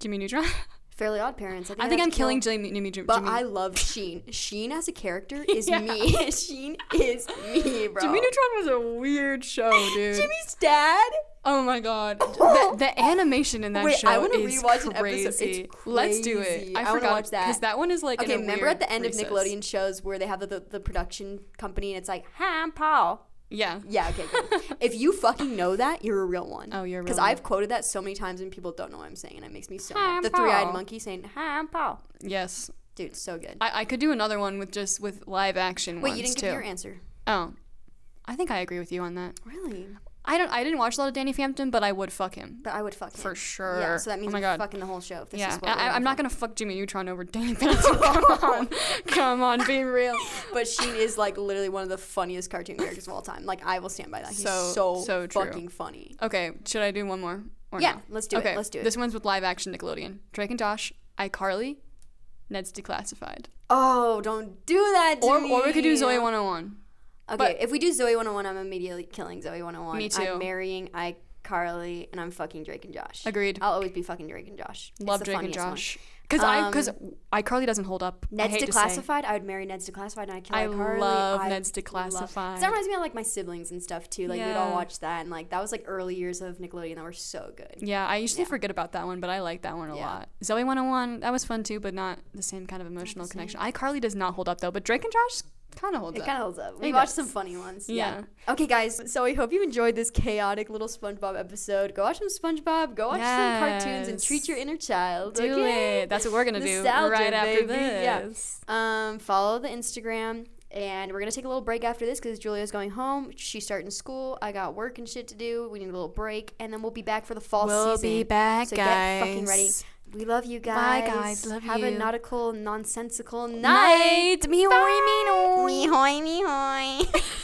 Jimmy Neutron.
Fairly Odd Parents.
I
I'd
think
have
I'm
to
killing
kill-
Jimmy, Jimmy, Jimmy,
But
Jimmy.
I love Sheen. Sheen as a character is
Yeah.
me. Sheen is me, bro.
Jimmy Neutron was a weird show, dude.
Jimmy's dad.
oh my god, the, the animation in that
Wait,
show
I wanna
is
rewatch an
crazy.
episode. It's
Let's do it.
crazy. I
I,
wanna
forgot
watch that.
because that one is like in
Okay,
a
remember
weird
at the end
recess.
of Nickelodeon shows where they have the, the, the production company and it's like, "Hi, I'm Paul."
Yeah.
Yeah, okay. good. if you fucking know that, you're a real one.
Oh, you're a real
Because
one.
I've quoted that so many times and people don't know what I'm saying, and it makes me so
I'm
mad. The three-eyed
Paul.
monkey saying, "Hi, I'm Paul."
Yes.
Dude, so good.
I, I could do another one with just with live action
Wait,
ones
you didn't
too.
give your answer.
oh, I think I agree with you on that.
Really?
I don't. I didn't watch a lot of Danny Phampton, but I would fuck him
But I would fuck him.
for sure.
Yeah, so that means
oh my
we're
god.
fucking the whole show. If this
yeah,
is what
I, I'm not gonna fuck Jimmy Neutron over Danny Phantom. Come on, come on, be real.
But Sheen is like literally one of the funniest cartoon characters of all time. Like I will stand by that. He's
So-
so
so true.
fucking funny.
Okay, should I do one more? Or
Yeah,
no?
let's do it,
okay.
let's do it.
This one's with live action Nickelodeon. Drake and Josh, iCarly, Ned's Declassified,
Oh, don't do that,
or or we could do
Disney.
Zoe 101.
Okay,
but-
if we do Zoe 101, I'm immediately killing Zoe 101.
Me too.
I'm marrying I Carly, and I'm fucking Drake and Josh.
Agreed.
I'll always be fucking Drake and Josh. It's
Love
the
Drake and
funniest one. Um,
Josh. Because I because iCarly doesn't hold up. I
Ned's
hate to say.
Declassified. I would marry Ned's Declassified, and I'd kill
I
iCarly.
love
I
Ned's
love- 'cause
Declassified.
That reminds me of like my siblings and stuff too. Like we'd
Yeah.
all watch that, and like that was like early years of Nickelodeon that were so good.
Yeah, I usually forget about that one, but I like that one a
Yeah.
lot. Zoe 101, that was fun too, but not the same kind of emotional connection. iCarly does not hold up though, but Drake and Josh kind of holds
It
up.
kind of holds up. We
It
watched
does.
some funny ones.
Yeah.
Okay, guys. So we hope you enjoyed this chaotic little SpongeBob episode. Go watch some SpongeBob. Go watch some cartoons and
Yes.
treat your inner child.
do
okay?
it. That's what we're gonna do
Nostalgia,
right after
baby.
this.
Yeah. Um, follow the Instagram. And we're gonna take a little break after this because Julia's going home. She's starting school. I got work and shit to do. We need a little break, and then we'll be back for the fall
We'll
season.
be back,
so get fucking ready.
guys.
We love you
Bye,
guys.
guys. Love
Have
you.
a nautical, nonsensical night.
Night, mi hoi, mi noi.
Mihoy, mihoy.